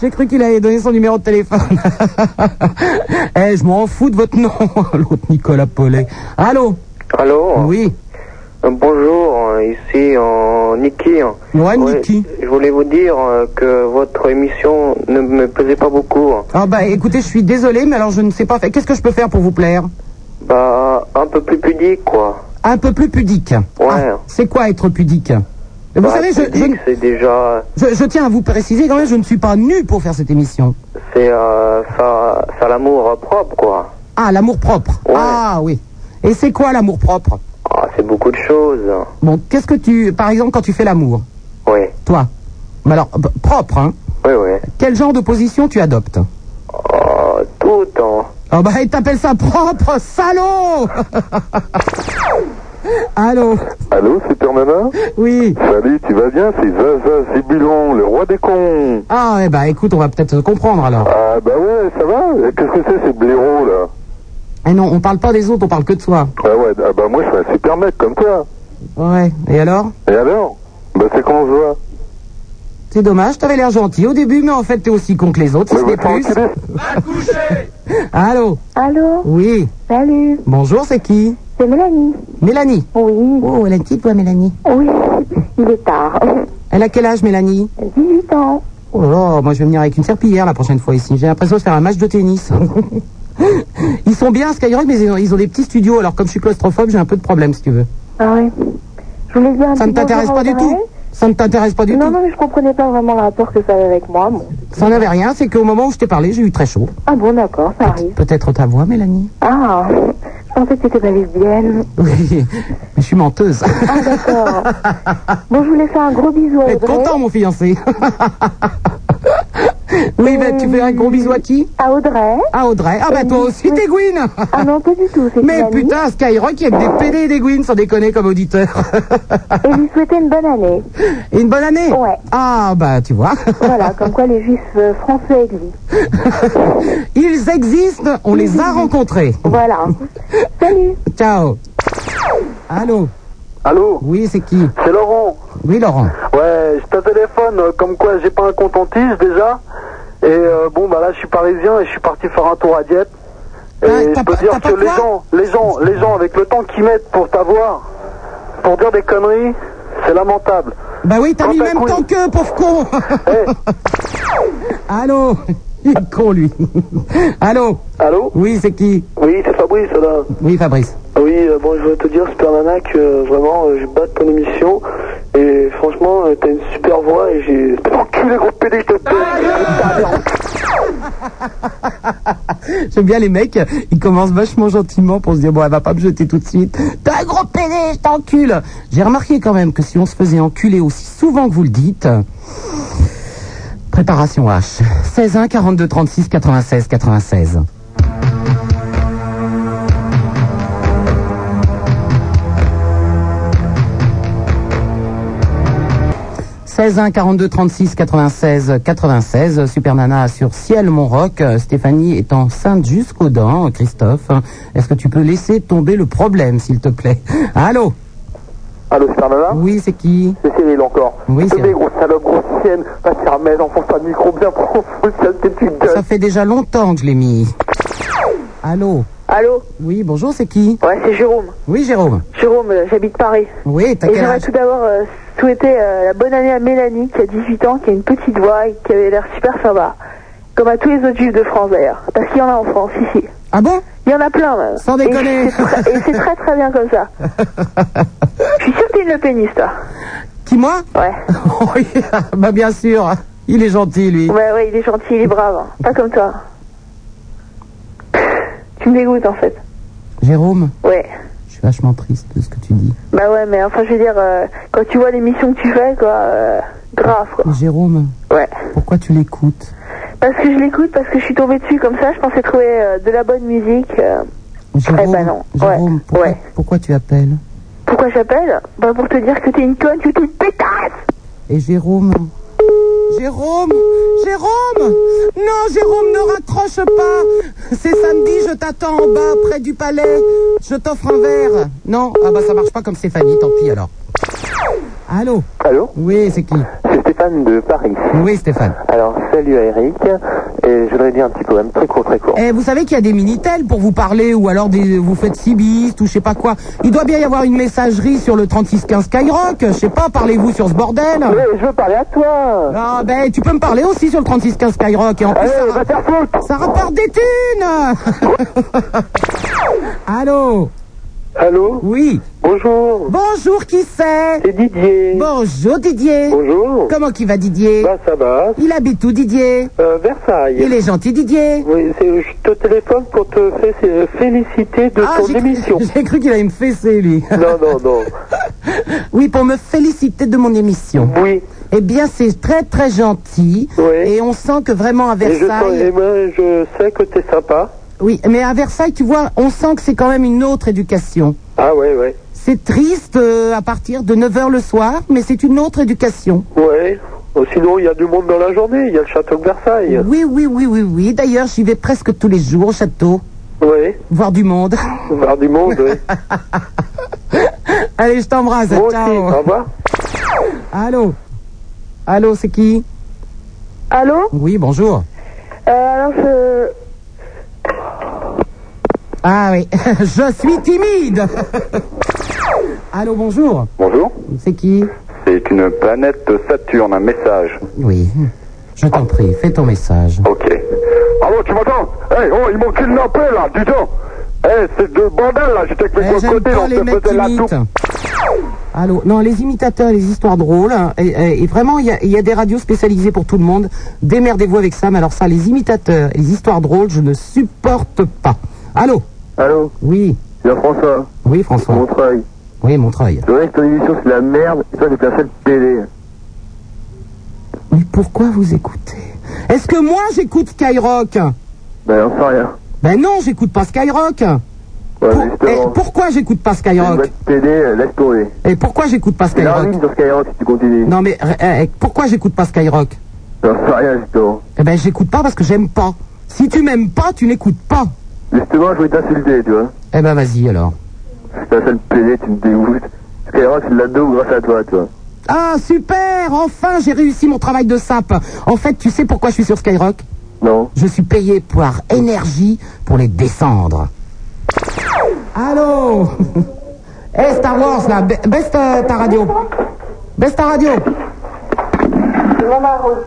Speaker 6: J'ai cru qu'il avait donné son numéro de téléphone. Eh, je m'en fous de votre nom, l'autre Nicolas Paulet. Allô
Speaker 14: Allô
Speaker 6: Oui.
Speaker 14: bonjour, euh, ici
Speaker 13: euh,
Speaker 14: en Niki. hein.
Speaker 6: Ouais,
Speaker 14: Niki. Je voulais vous dire euh, que votre émission ne me plaisait pas beaucoup.
Speaker 6: Ah bah écoutez, je suis désolé, mais alors je ne sais pas. faire- Qu'est-ce que je peux faire pour vous plaire
Speaker 14: Bah, un peu plus pudique, quoi.
Speaker 6: Un peu plus pudique. Ah,
Speaker 14: Ouais.
Speaker 6: C'est quoi être pudique Vous
Speaker 14: Bah,
Speaker 6: savez, je,
Speaker 14: pudique, C'est déjà...
Speaker 6: je- je- je tiens à vous préciser quand même, je ne suis pas nu pour faire cette émission.
Speaker 14: C'est euh, ça, ça l'amour propre, quoi.
Speaker 6: Ah, l'amour propre. Ah oui. Et c'est quoi l'amour propre
Speaker 14: Ah, c'est beaucoup de choses.
Speaker 4: hein.
Speaker 6: Bon, qu'est-ce que tu... Par exemple, quand tu fais l'amour,
Speaker 14: Oui,
Speaker 6: toi, mais alors, b- propre, hein
Speaker 14: oui, oui.
Speaker 6: Quel genre de position tu adoptes
Speaker 14: Oh, tout
Speaker 4: hein.
Speaker 14: en...
Speaker 6: Ah bah, il t'appelle ça propre, salaud Allô
Speaker 4: Allô, Super Nana
Speaker 6: Oui.
Speaker 4: Salut, tu vas bien C'est Zaza Zibulon, le roi des cons.
Speaker 6: Ah, eh bah, écoute, on va peut-être se comprendre, alors.
Speaker 4: Ah bah ouais, ça va Qu'est-ce que c'est ces blaireaux là
Speaker 6: Eh non, on parle pas des autres, on parle que de soi.
Speaker 4: Ah ouais, ah bah moi je suis un super mec comme toi.
Speaker 6: Ouais, et alors
Speaker 4: Et alors Bah c'est comment je vois
Speaker 6: C'est dommage, t'avais l'air gentil au début, mais en fait, t'es aussi con que les
Speaker 4: Bah,
Speaker 6: autres, si ce n'est plus. Allô
Speaker 11: Allô
Speaker 6: Oui.
Speaker 11: Salut.
Speaker 6: Bonjour, c'est qui
Speaker 11: C'est Mélanie.
Speaker 6: Mélanie
Speaker 11: Oui.
Speaker 6: Oh, elle est petite, toi, Mélanie
Speaker 11: Oui, il est tard.
Speaker 6: Elle a quel âge, Mélanie
Speaker 11: 18 ans.
Speaker 6: Oh là là, moi je vais venir avec une serpillière la prochaine fois ici. J'ai l'impression de faire un match de tennis. ils sont bien à Skyrock, mais ils ont, ils ont des petits studios. Alors comme je suis claustrophobe, j'ai un peu de problème si tu veux.
Speaker 11: Ah oui. Je voulais dire un
Speaker 6: Ça
Speaker 11: petit
Speaker 6: ne t'intéresse
Speaker 11: bonjour
Speaker 6: pas du
Speaker 11: à
Speaker 6: tout
Speaker 11: Audrey.
Speaker 6: Ça ne t'intéresse pas du
Speaker 11: Non,
Speaker 6: tout
Speaker 11: non, mais je comprenais pas vraiment le rapport que ça avait avec moi. bon.
Speaker 6: Ça n'avait rien, c'est qu'au moment où je t'ai parlé, j'ai eu très chaud.
Speaker 11: Ah bon, d'accord, ça arrive.
Speaker 6: Peut-être ta voix, Mélanie
Speaker 11: Ah, je pensais que c'était pas lesbienne.
Speaker 6: Oui, mais je suis menteuse.
Speaker 11: Ah d'accord. bon, je voulais faire un gros bisou à
Speaker 6: Vous
Speaker 11: Audrey.
Speaker 6: êtes content, mon fiancé Oui, ben tu fais un gros bisou à qui
Speaker 11: À Audrey.
Speaker 6: À Audrey. Ah ben toi aussi, t'es Gwyn
Speaker 11: Ah non, pas du tout, c'est
Speaker 6: Mais
Speaker 11: une amie.
Speaker 6: putain, Skyrock, il y a que des PD et des Gwyn, sans déconner, comme auditeur.
Speaker 11: Et lui souhaiter une bonne année.
Speaker 6: Et une bonne année
Speaker 11: Ouais.
Speaker 6: Ah bah tu vois.
Speaker 11: Voilà, comme quoi les juifs euh, français existent.
Speaker 6: Ils existent, on les a rencontrés.
Speaker 11: Voilà. Salut.
Speaker 6: Ciao. Allô
Speaker 13: Allô
Speaker 6: Oui, c'est qui
Speaker 13: C'est Laurent.
Speaker 6: Oui, Laurent.
Speaker 13: Ouais, je te téléphone, euh, comme quoi j'ai pas un compte en tige déjà. Et euh, bon, bah là, je suis parisien et je suis parti faire un tour à Dieppe. Et je peux dire que les gens, les gens, les gens, avec le temps qu'ils mettent pour t'avoir, pour dire des conneries, c'est lamentable.
Speaker 6: Bah oui, t'as
Speaker 13: Quand
Speaker 6: mis le
Speaker 13: t'as
Speaker 6: même
Speaker 13: couille-
Speaker 6: temps que pauvre con. Allô Il est con, lui. Allô
Speaker 5: Allô
Speaker 6: Oui, c'est qui
Speaker 5: Oui, c'est Fabrice, là.
Speaker 6: Oui, Fabrice.
Speaker 5: Oui, euh, bon, je voulais te dire, Super Nana, que euh, vraiment, euh, je bats ton émission. Et franchement, euh, t'as une super voix et j'ai. T'es enculé, gros PD, je te
Speaker 6: J'aime bien les mecs, ils commencent vachement gentiment pour se dire, bon, elle va pas me jeter tout de suite. T'es un gros pédé, je t'encule J'ai remarqué quand même que si on se faisait enculer aussi souvent que vous le dites... Préparation H. 16 1 42 36 96 96. « 16 1 42 36 96 96 Super Nana sur Ciel Mon Roc. Euh, Stéphanie est enceinte jusqu'aux dents. Christophe, hein, est-ce que tu peux laisser tomber le problème, s'il te plaît Allô
Speaker 5: Allô, Super Nana
Speaker 6: Oui, c'est qui
Speaker 5: C'est Cyril encore.
Speaker 6: Oui,
Speaker 5: c'est. gros salope, grosse sienne, va te faire mal, enfonce un micro bien profond, sale tes petites gueules.
Speaker 6: Ça fait déjà longtemps que je l'ai mis. Allô
Speaker 7: Allô
Speaker 6: Oui, bonjour, c'est qui
Speaker 7: Ouais, c'est Jérôme.
Speaker 6: Oui, Jérôme.
Speaker 7: Jérôme, euh, j'habite Paris.
Speaker 6: Oui, t'as
Speaker 7: Et
Speaker 6: quel
Speaker 7: j'aimerais
Speaker 6: âge
Speaker 7: tout d'abord euh, souhaiter euh, la bonne année à Mélanie, qui a 18 ans, qui a une petite voix et qui avait l'air super sympa. Comme à tous les autres juifs de France d'ailleurs. Parce qu'il y en a en France, ici.
Speaker 6: Ah bon
Speaker 7: Il y en a plein même.
Speaker 6: Sans
Speaker 7: Et
Speaker 6: déconner.
Speaker 7: c'est très- Et c'est très très bien comme ça. Je suis sûre que t'es une lepéniste, toi.
Speaker 6: Qui, moi
Speaker 7: Ouais.
Speaker 6: Oui, bah bien sûr. Il est gentil, lui.
Speaker 7: Ouais, ouais, il est gentil, il est brave. hein. Pas comme toi. Tu me dégoûtes en fait.
Speaker 6: Jérôme,
Speaker 7: Ouais.
Speaker 6: je suis vachement triste de ce que tu dis.
Speaker 7: Bah ouais, mais enfin, je veux dire, euh, quand tu vois l'émission que tu fais, quoi, euh, grave, quoi.
Speaker 6: Jérôme,
Speaker 7: Ouais.
Speaker 6: pourquoi tu l'écoutes
Speaker 7: Parce que je l'écoute, parce que je suis tombée dessus comme ça, je pensais trouver euh, de la bonne musique. euh.
Speaker 6: Jérôme,
Speaker 7: eh ben non.
Speaker 6: Jérôme, pourquoi, pourquoi tu appelles
Speaker 7: Pourquoi j'appelle Bah pour te dire que t'es une conne, que t'es une pétasse
Speaker 6: Et Jérôme Jérôme Jérôme Non, Jérôme, ne raccroche pas C'est samedi, je t'attends en bas, près du palais. Je t'offre un verre. Non Ah bah ça marche pas comme Stéphanie, tant pis alors. Allô
Speaker 5: Allô
Speaker 6: Oui, c'est qui
Speaker 5: C'est Stéphane de Paris.
Speaker 6: Oui, Stéphane.
Speaker 5: Alors, salut à Eric. Et je voudrais dire un petit poème très court, très court.
Speaker 6: Eh, vous savez qu'il y a des Minitel pour vous parler, ou alors des, vous faites Cibiste, ou je sais pas quoi. Il doit bien y avoir une messagerie sur le 3615 Skyrock, je sais pas, parlez-vous sur ce bordel.
Speaker 5: je veux parler à toi.
Speaker 6: Ah ben, tu peux me parler aussi sur le 3615 Skyrock, et en plus, ça, ra- ça rapporte des thunes Allô
Speaker 5: Allô
Speaker 6: Oui
Speaker 5: Bonjour
Speaker 6: Bonjour, qui c'est
Speaker 5: C'est Didier.
Speaker 6: Bonjour Didier
Speaker 5: Bonjour.
Speaker 6: Comment qui va Didier
Speaker 5: Bah, ça va.
Speaker 6: Il habite où Didier
Speaker 5: Euh, Versailles.
Speaker 6: Il est gentil Didier
Speaker 5: Oui, c'est- euh, je te téléphone pour te fé- euh, féliciter de
Speaker 6: Ah,
Speaker 5: ton
Speaker 6: j'ai cru-
Speaker 5: émission.
Speaker 6: J'ai cru qu'il allait me fesser, lui.
Speaker 5: Non, non, non.
Speaker 6: Oui, pour me féliciter de mon émission.
Speaker 5: Oui.
Speaker 6: Eh bien, c'est très, très gentil. Et on sent que vraiment à
Speaker 5: Et je, sens-
Speaker 6: Versailles...
Speaker 5: et moi, je sais que t'es sympa.
Speaker 6: Oui, mais à Versailles, tu vois, on sent que c'est quand même une autre éducation.
Speaker 5: Ah ouais, ouais.
Speaker 6: C'est triste euh, à partir de 9h le soir, mais c'est une autre éducation.
Speaker 5: Ouais. Oh, Sinon, il y a du monde dans la journée. Il y a le château de Versailles.
Speaker 6: Oui, oui, oui, oui, oui. D'ailleurs, j'y vais presque tous les jours au château,
Speaker 5: Ouais.
Speaker 6: voir du monde.
Speaker 5: Voir du monde, ouais.
Speaker 6: Allez, je t'embrasse.
Speaker 5: Moi aussi.
Speaker 6: Ciao.
Speaker 5: Au revoir.
Speaker 6: Allô Allô, c'est qui
Speaker 7: Allô
Speaker 6: Oui, bonjour.
Speaker 7: Euh, alors je...
Speaker 6: Ah oui, je suis timide. Allô, bonjour.
Speaker 4: Bonjour.
Speaker 6: C'est qui
Speaker 4: C'est une planète Saturne, un message.
Speaker 6: Oui, je t'en prie, fais ton message.
Speaker 4: Ok. Allô, tu m'entends Eh, oh, ils m'ont kidnappé, là, dis donc Eh, c'est de bordel, là, j'étais avec mes
Speaker 6: Eh,
Speaker 4: gros
Speaker 6: j'aime
Speaker 4: codés,
Speaker 6: pas
Speaker 4: on
Speaker 6: les
Speaker 4: se
Speaker 6: mecs
Speaker 4: faisait la
Speaker 6: qui
Speaker 4: tour.
Speaker 6: imitent. Allô, non, les imitateurs, les histoires drôles, hein, et, et- et vraiment, il y a, il y a des radios spécialisées pour tout le monde. Démerdez-vous avec ça, mais alors ça, les imitateurs, et les histoires drôles, je ne supporte pas. Allô
Speaker 5: Allô
Speaker 6: Oui,
Speaker 5: Bien François.
Speaker 6: Oui, François.
Speaker 5: Montreuil.
Speaker 6: oui, Montreuil.
Speaker 5: Le reste de l'émission, c'est la merde. Et toi, t'es placé de télé.
Speaker 6: Mais pourquoi vous écoutez Est-ce que moi, j'écoute Skyrock
Speaker 5: Ben, on sait rien.
Speaker 6: Ben non, j'écoute pas Skyrock Pour-
Speaker 5: Ouais, mais justement.
Speaker 6: eh, Pourquoi j'écoute pas
Speaker 5: Tu vas
Speaker 6: Skyrock
Speaker 5: te télé, euh, laisse tomber.
Speaker 6: Et pourquoi j'écoute pas
Speaker 5: C'est la
Speaker 6: Skyrock
Speaker 5: ligne sur Skyrock si tu continues.
Speaker 6: Non mais, eh, eh, pourquoi j'écoute pas Skyrock
Speaker 5: J'en sais rien, justement.
Speaker 6: Eh ben, j'écoute pas parce que j'aime pas. Si tu m'aimes pas, tu n'écoutes pas.
Speaker 5: Justement, je voulais t'insulter, tu vois.
Speaker 6: Eh ben, vas-y alors.
Speaker 5: C'est un sale PD, tu me dégoûtes. Skyrock, c'est de la daube grâce à toi, tu vois.
Speaker 6: Ah, super Enfin, j'ai réussi mon travail de sape. En fait, tu sais pourquoi je suis sur Skyrock
Speaker 5: Non.
Speaker 6: Je suis payé par énergie pour les descendre. Allô Eh, Star Wars, là, ba- baisse ta, ta radio. Baisse ta radio.
Speaker 7: Je m'en arrose,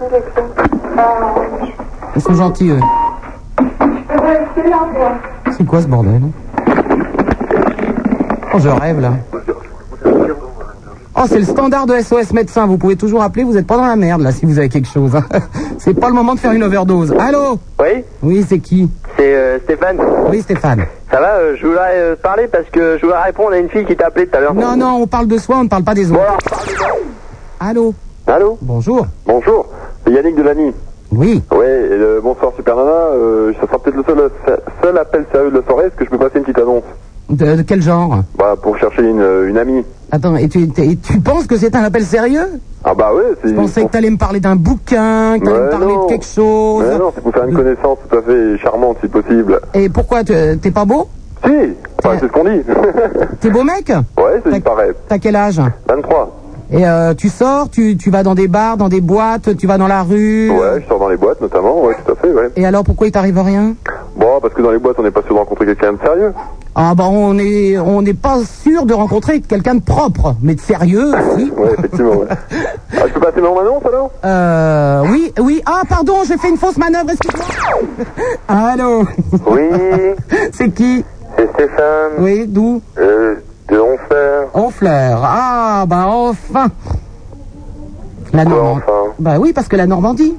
Speaker 6: Ils sont gentils, eux. C'est quoi ce bordel hein? Oh, je rêve là. Oh, c'est le standard de SOS médecin. Vous pouvez toujours appeler, vous n'êtes pas dans la merde là si vous avez quelque chose. hein. C'est pas le moment de faire une overdose. Allô
Speaker 5: Oui
Speaker 6: Oui, c'est qui
Speaker 5: C'est euh, Stéphane.
Speaker 6: Oui, Stéphane.
Speaker 5: Ça va, euh, je voulais euh, parler parce que je voulais répondre à une fille qui t'a appelé tout à l'heure.
Speaker 6: Non, non, on parle de soi, on ne parle pas des autres. Allô
Speaker 3: Allô
Speaker 6: Bonjour.
Speaker 3: Bonjour, c'est Yannick Delany.
Speaker 6: Oui.
Speaker 3: Ouais, et, euh, bonsoir Super Nana. Euh, ça sera peut-être le seul, seul appel sérieux de la soirée. Est-ce que je peux passer une petite annonce
Speaker 6: De, de quel genre
Speaker 3: Bah, pour chercher une, euh, une amie.
Speaker 6: Attends, et tu, t'es- et tu penses que c'est un appel sérieux
Speaker 3: Ah bah ouais, c'est.
Speaker 6: Je pensais que t'allais me parler d'un bouquin, que t'allais me
Speaker 3: Ouais,
Speaker 6: parler
Speaker 3: non.
Speaker 6: de quelque chose.
Speaker 3: Mais non, c'est pour faire une connaissance tout à fait charmante si possible.
Speaker 6: Et pourquoi tu- T'es pas beau
Speaker 3: Si Enfin, c'est ce qu'on dit.
Speaker 6: T'es beau mec
Speaker 3: ouais, c'est il paraît.
Speaker 6: T'as quel âge
Speaker 3: 23.
Speaker 6: Et euh, tu sors, tu, tu vas dans des bars, dans des boîtes, tu vas dans la rue.
Speaker 3: Ouais, je sors dans les boîtes notamment, ouais, tout à fait, ouais.
Speaker 6: Euh. Et alors pourquoi il t'arrive rien
Speaker 3: Bon, parce que dans les boîtes, on n'est pas sûr de rencontrer quelqu'un de sérieux.
Speaker 6: Ah bah on est on n'est pas sûr de rencontrer quelqu'un de propre, mais de sérieux aussi.
Speaker 3: Ouais, effectivement, ouais. Ah, je peux passer mon annonce alors
Speaker 6: Euh, oui, oui. Ah, pardon, j'ai fait une fausse manœuvre, excuse-moi. Allô
Speaker 5: Oui
Speaker 6: C'est qui
Speaker 5: C'est Stéphane.
Speaker 6: Oui, d'où
Speaker 5: Euh, de Honfleur.
Speaker 6: Honfleur. Ah, bah enfin La Normandie. Bah oui, parce que la Normandie.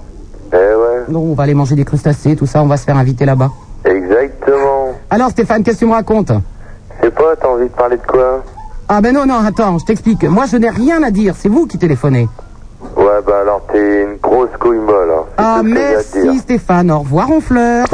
Speaker 5: Eh ouais,
Speaker 6: Donc on va aller manger des crustacés, tout ça, on va se faire inviter là-bas.
Speaker 5: exactement.
Speaker 6: Alors Stéphane, qu'est-ce que tu me racontes
Speaker 5: Je sais pas, t'as envie de parler de quoi
Speaker 6: Ah ben non, non, attends, je t'explique. Moi, je n'ai rien à dire, c'est vous qui téléphonez.
Speaker 5: Ouais, bah alors t'es une grosse coïmba là.
Speaker 6: Ah, merci Stéphane, au revoir Honfleur.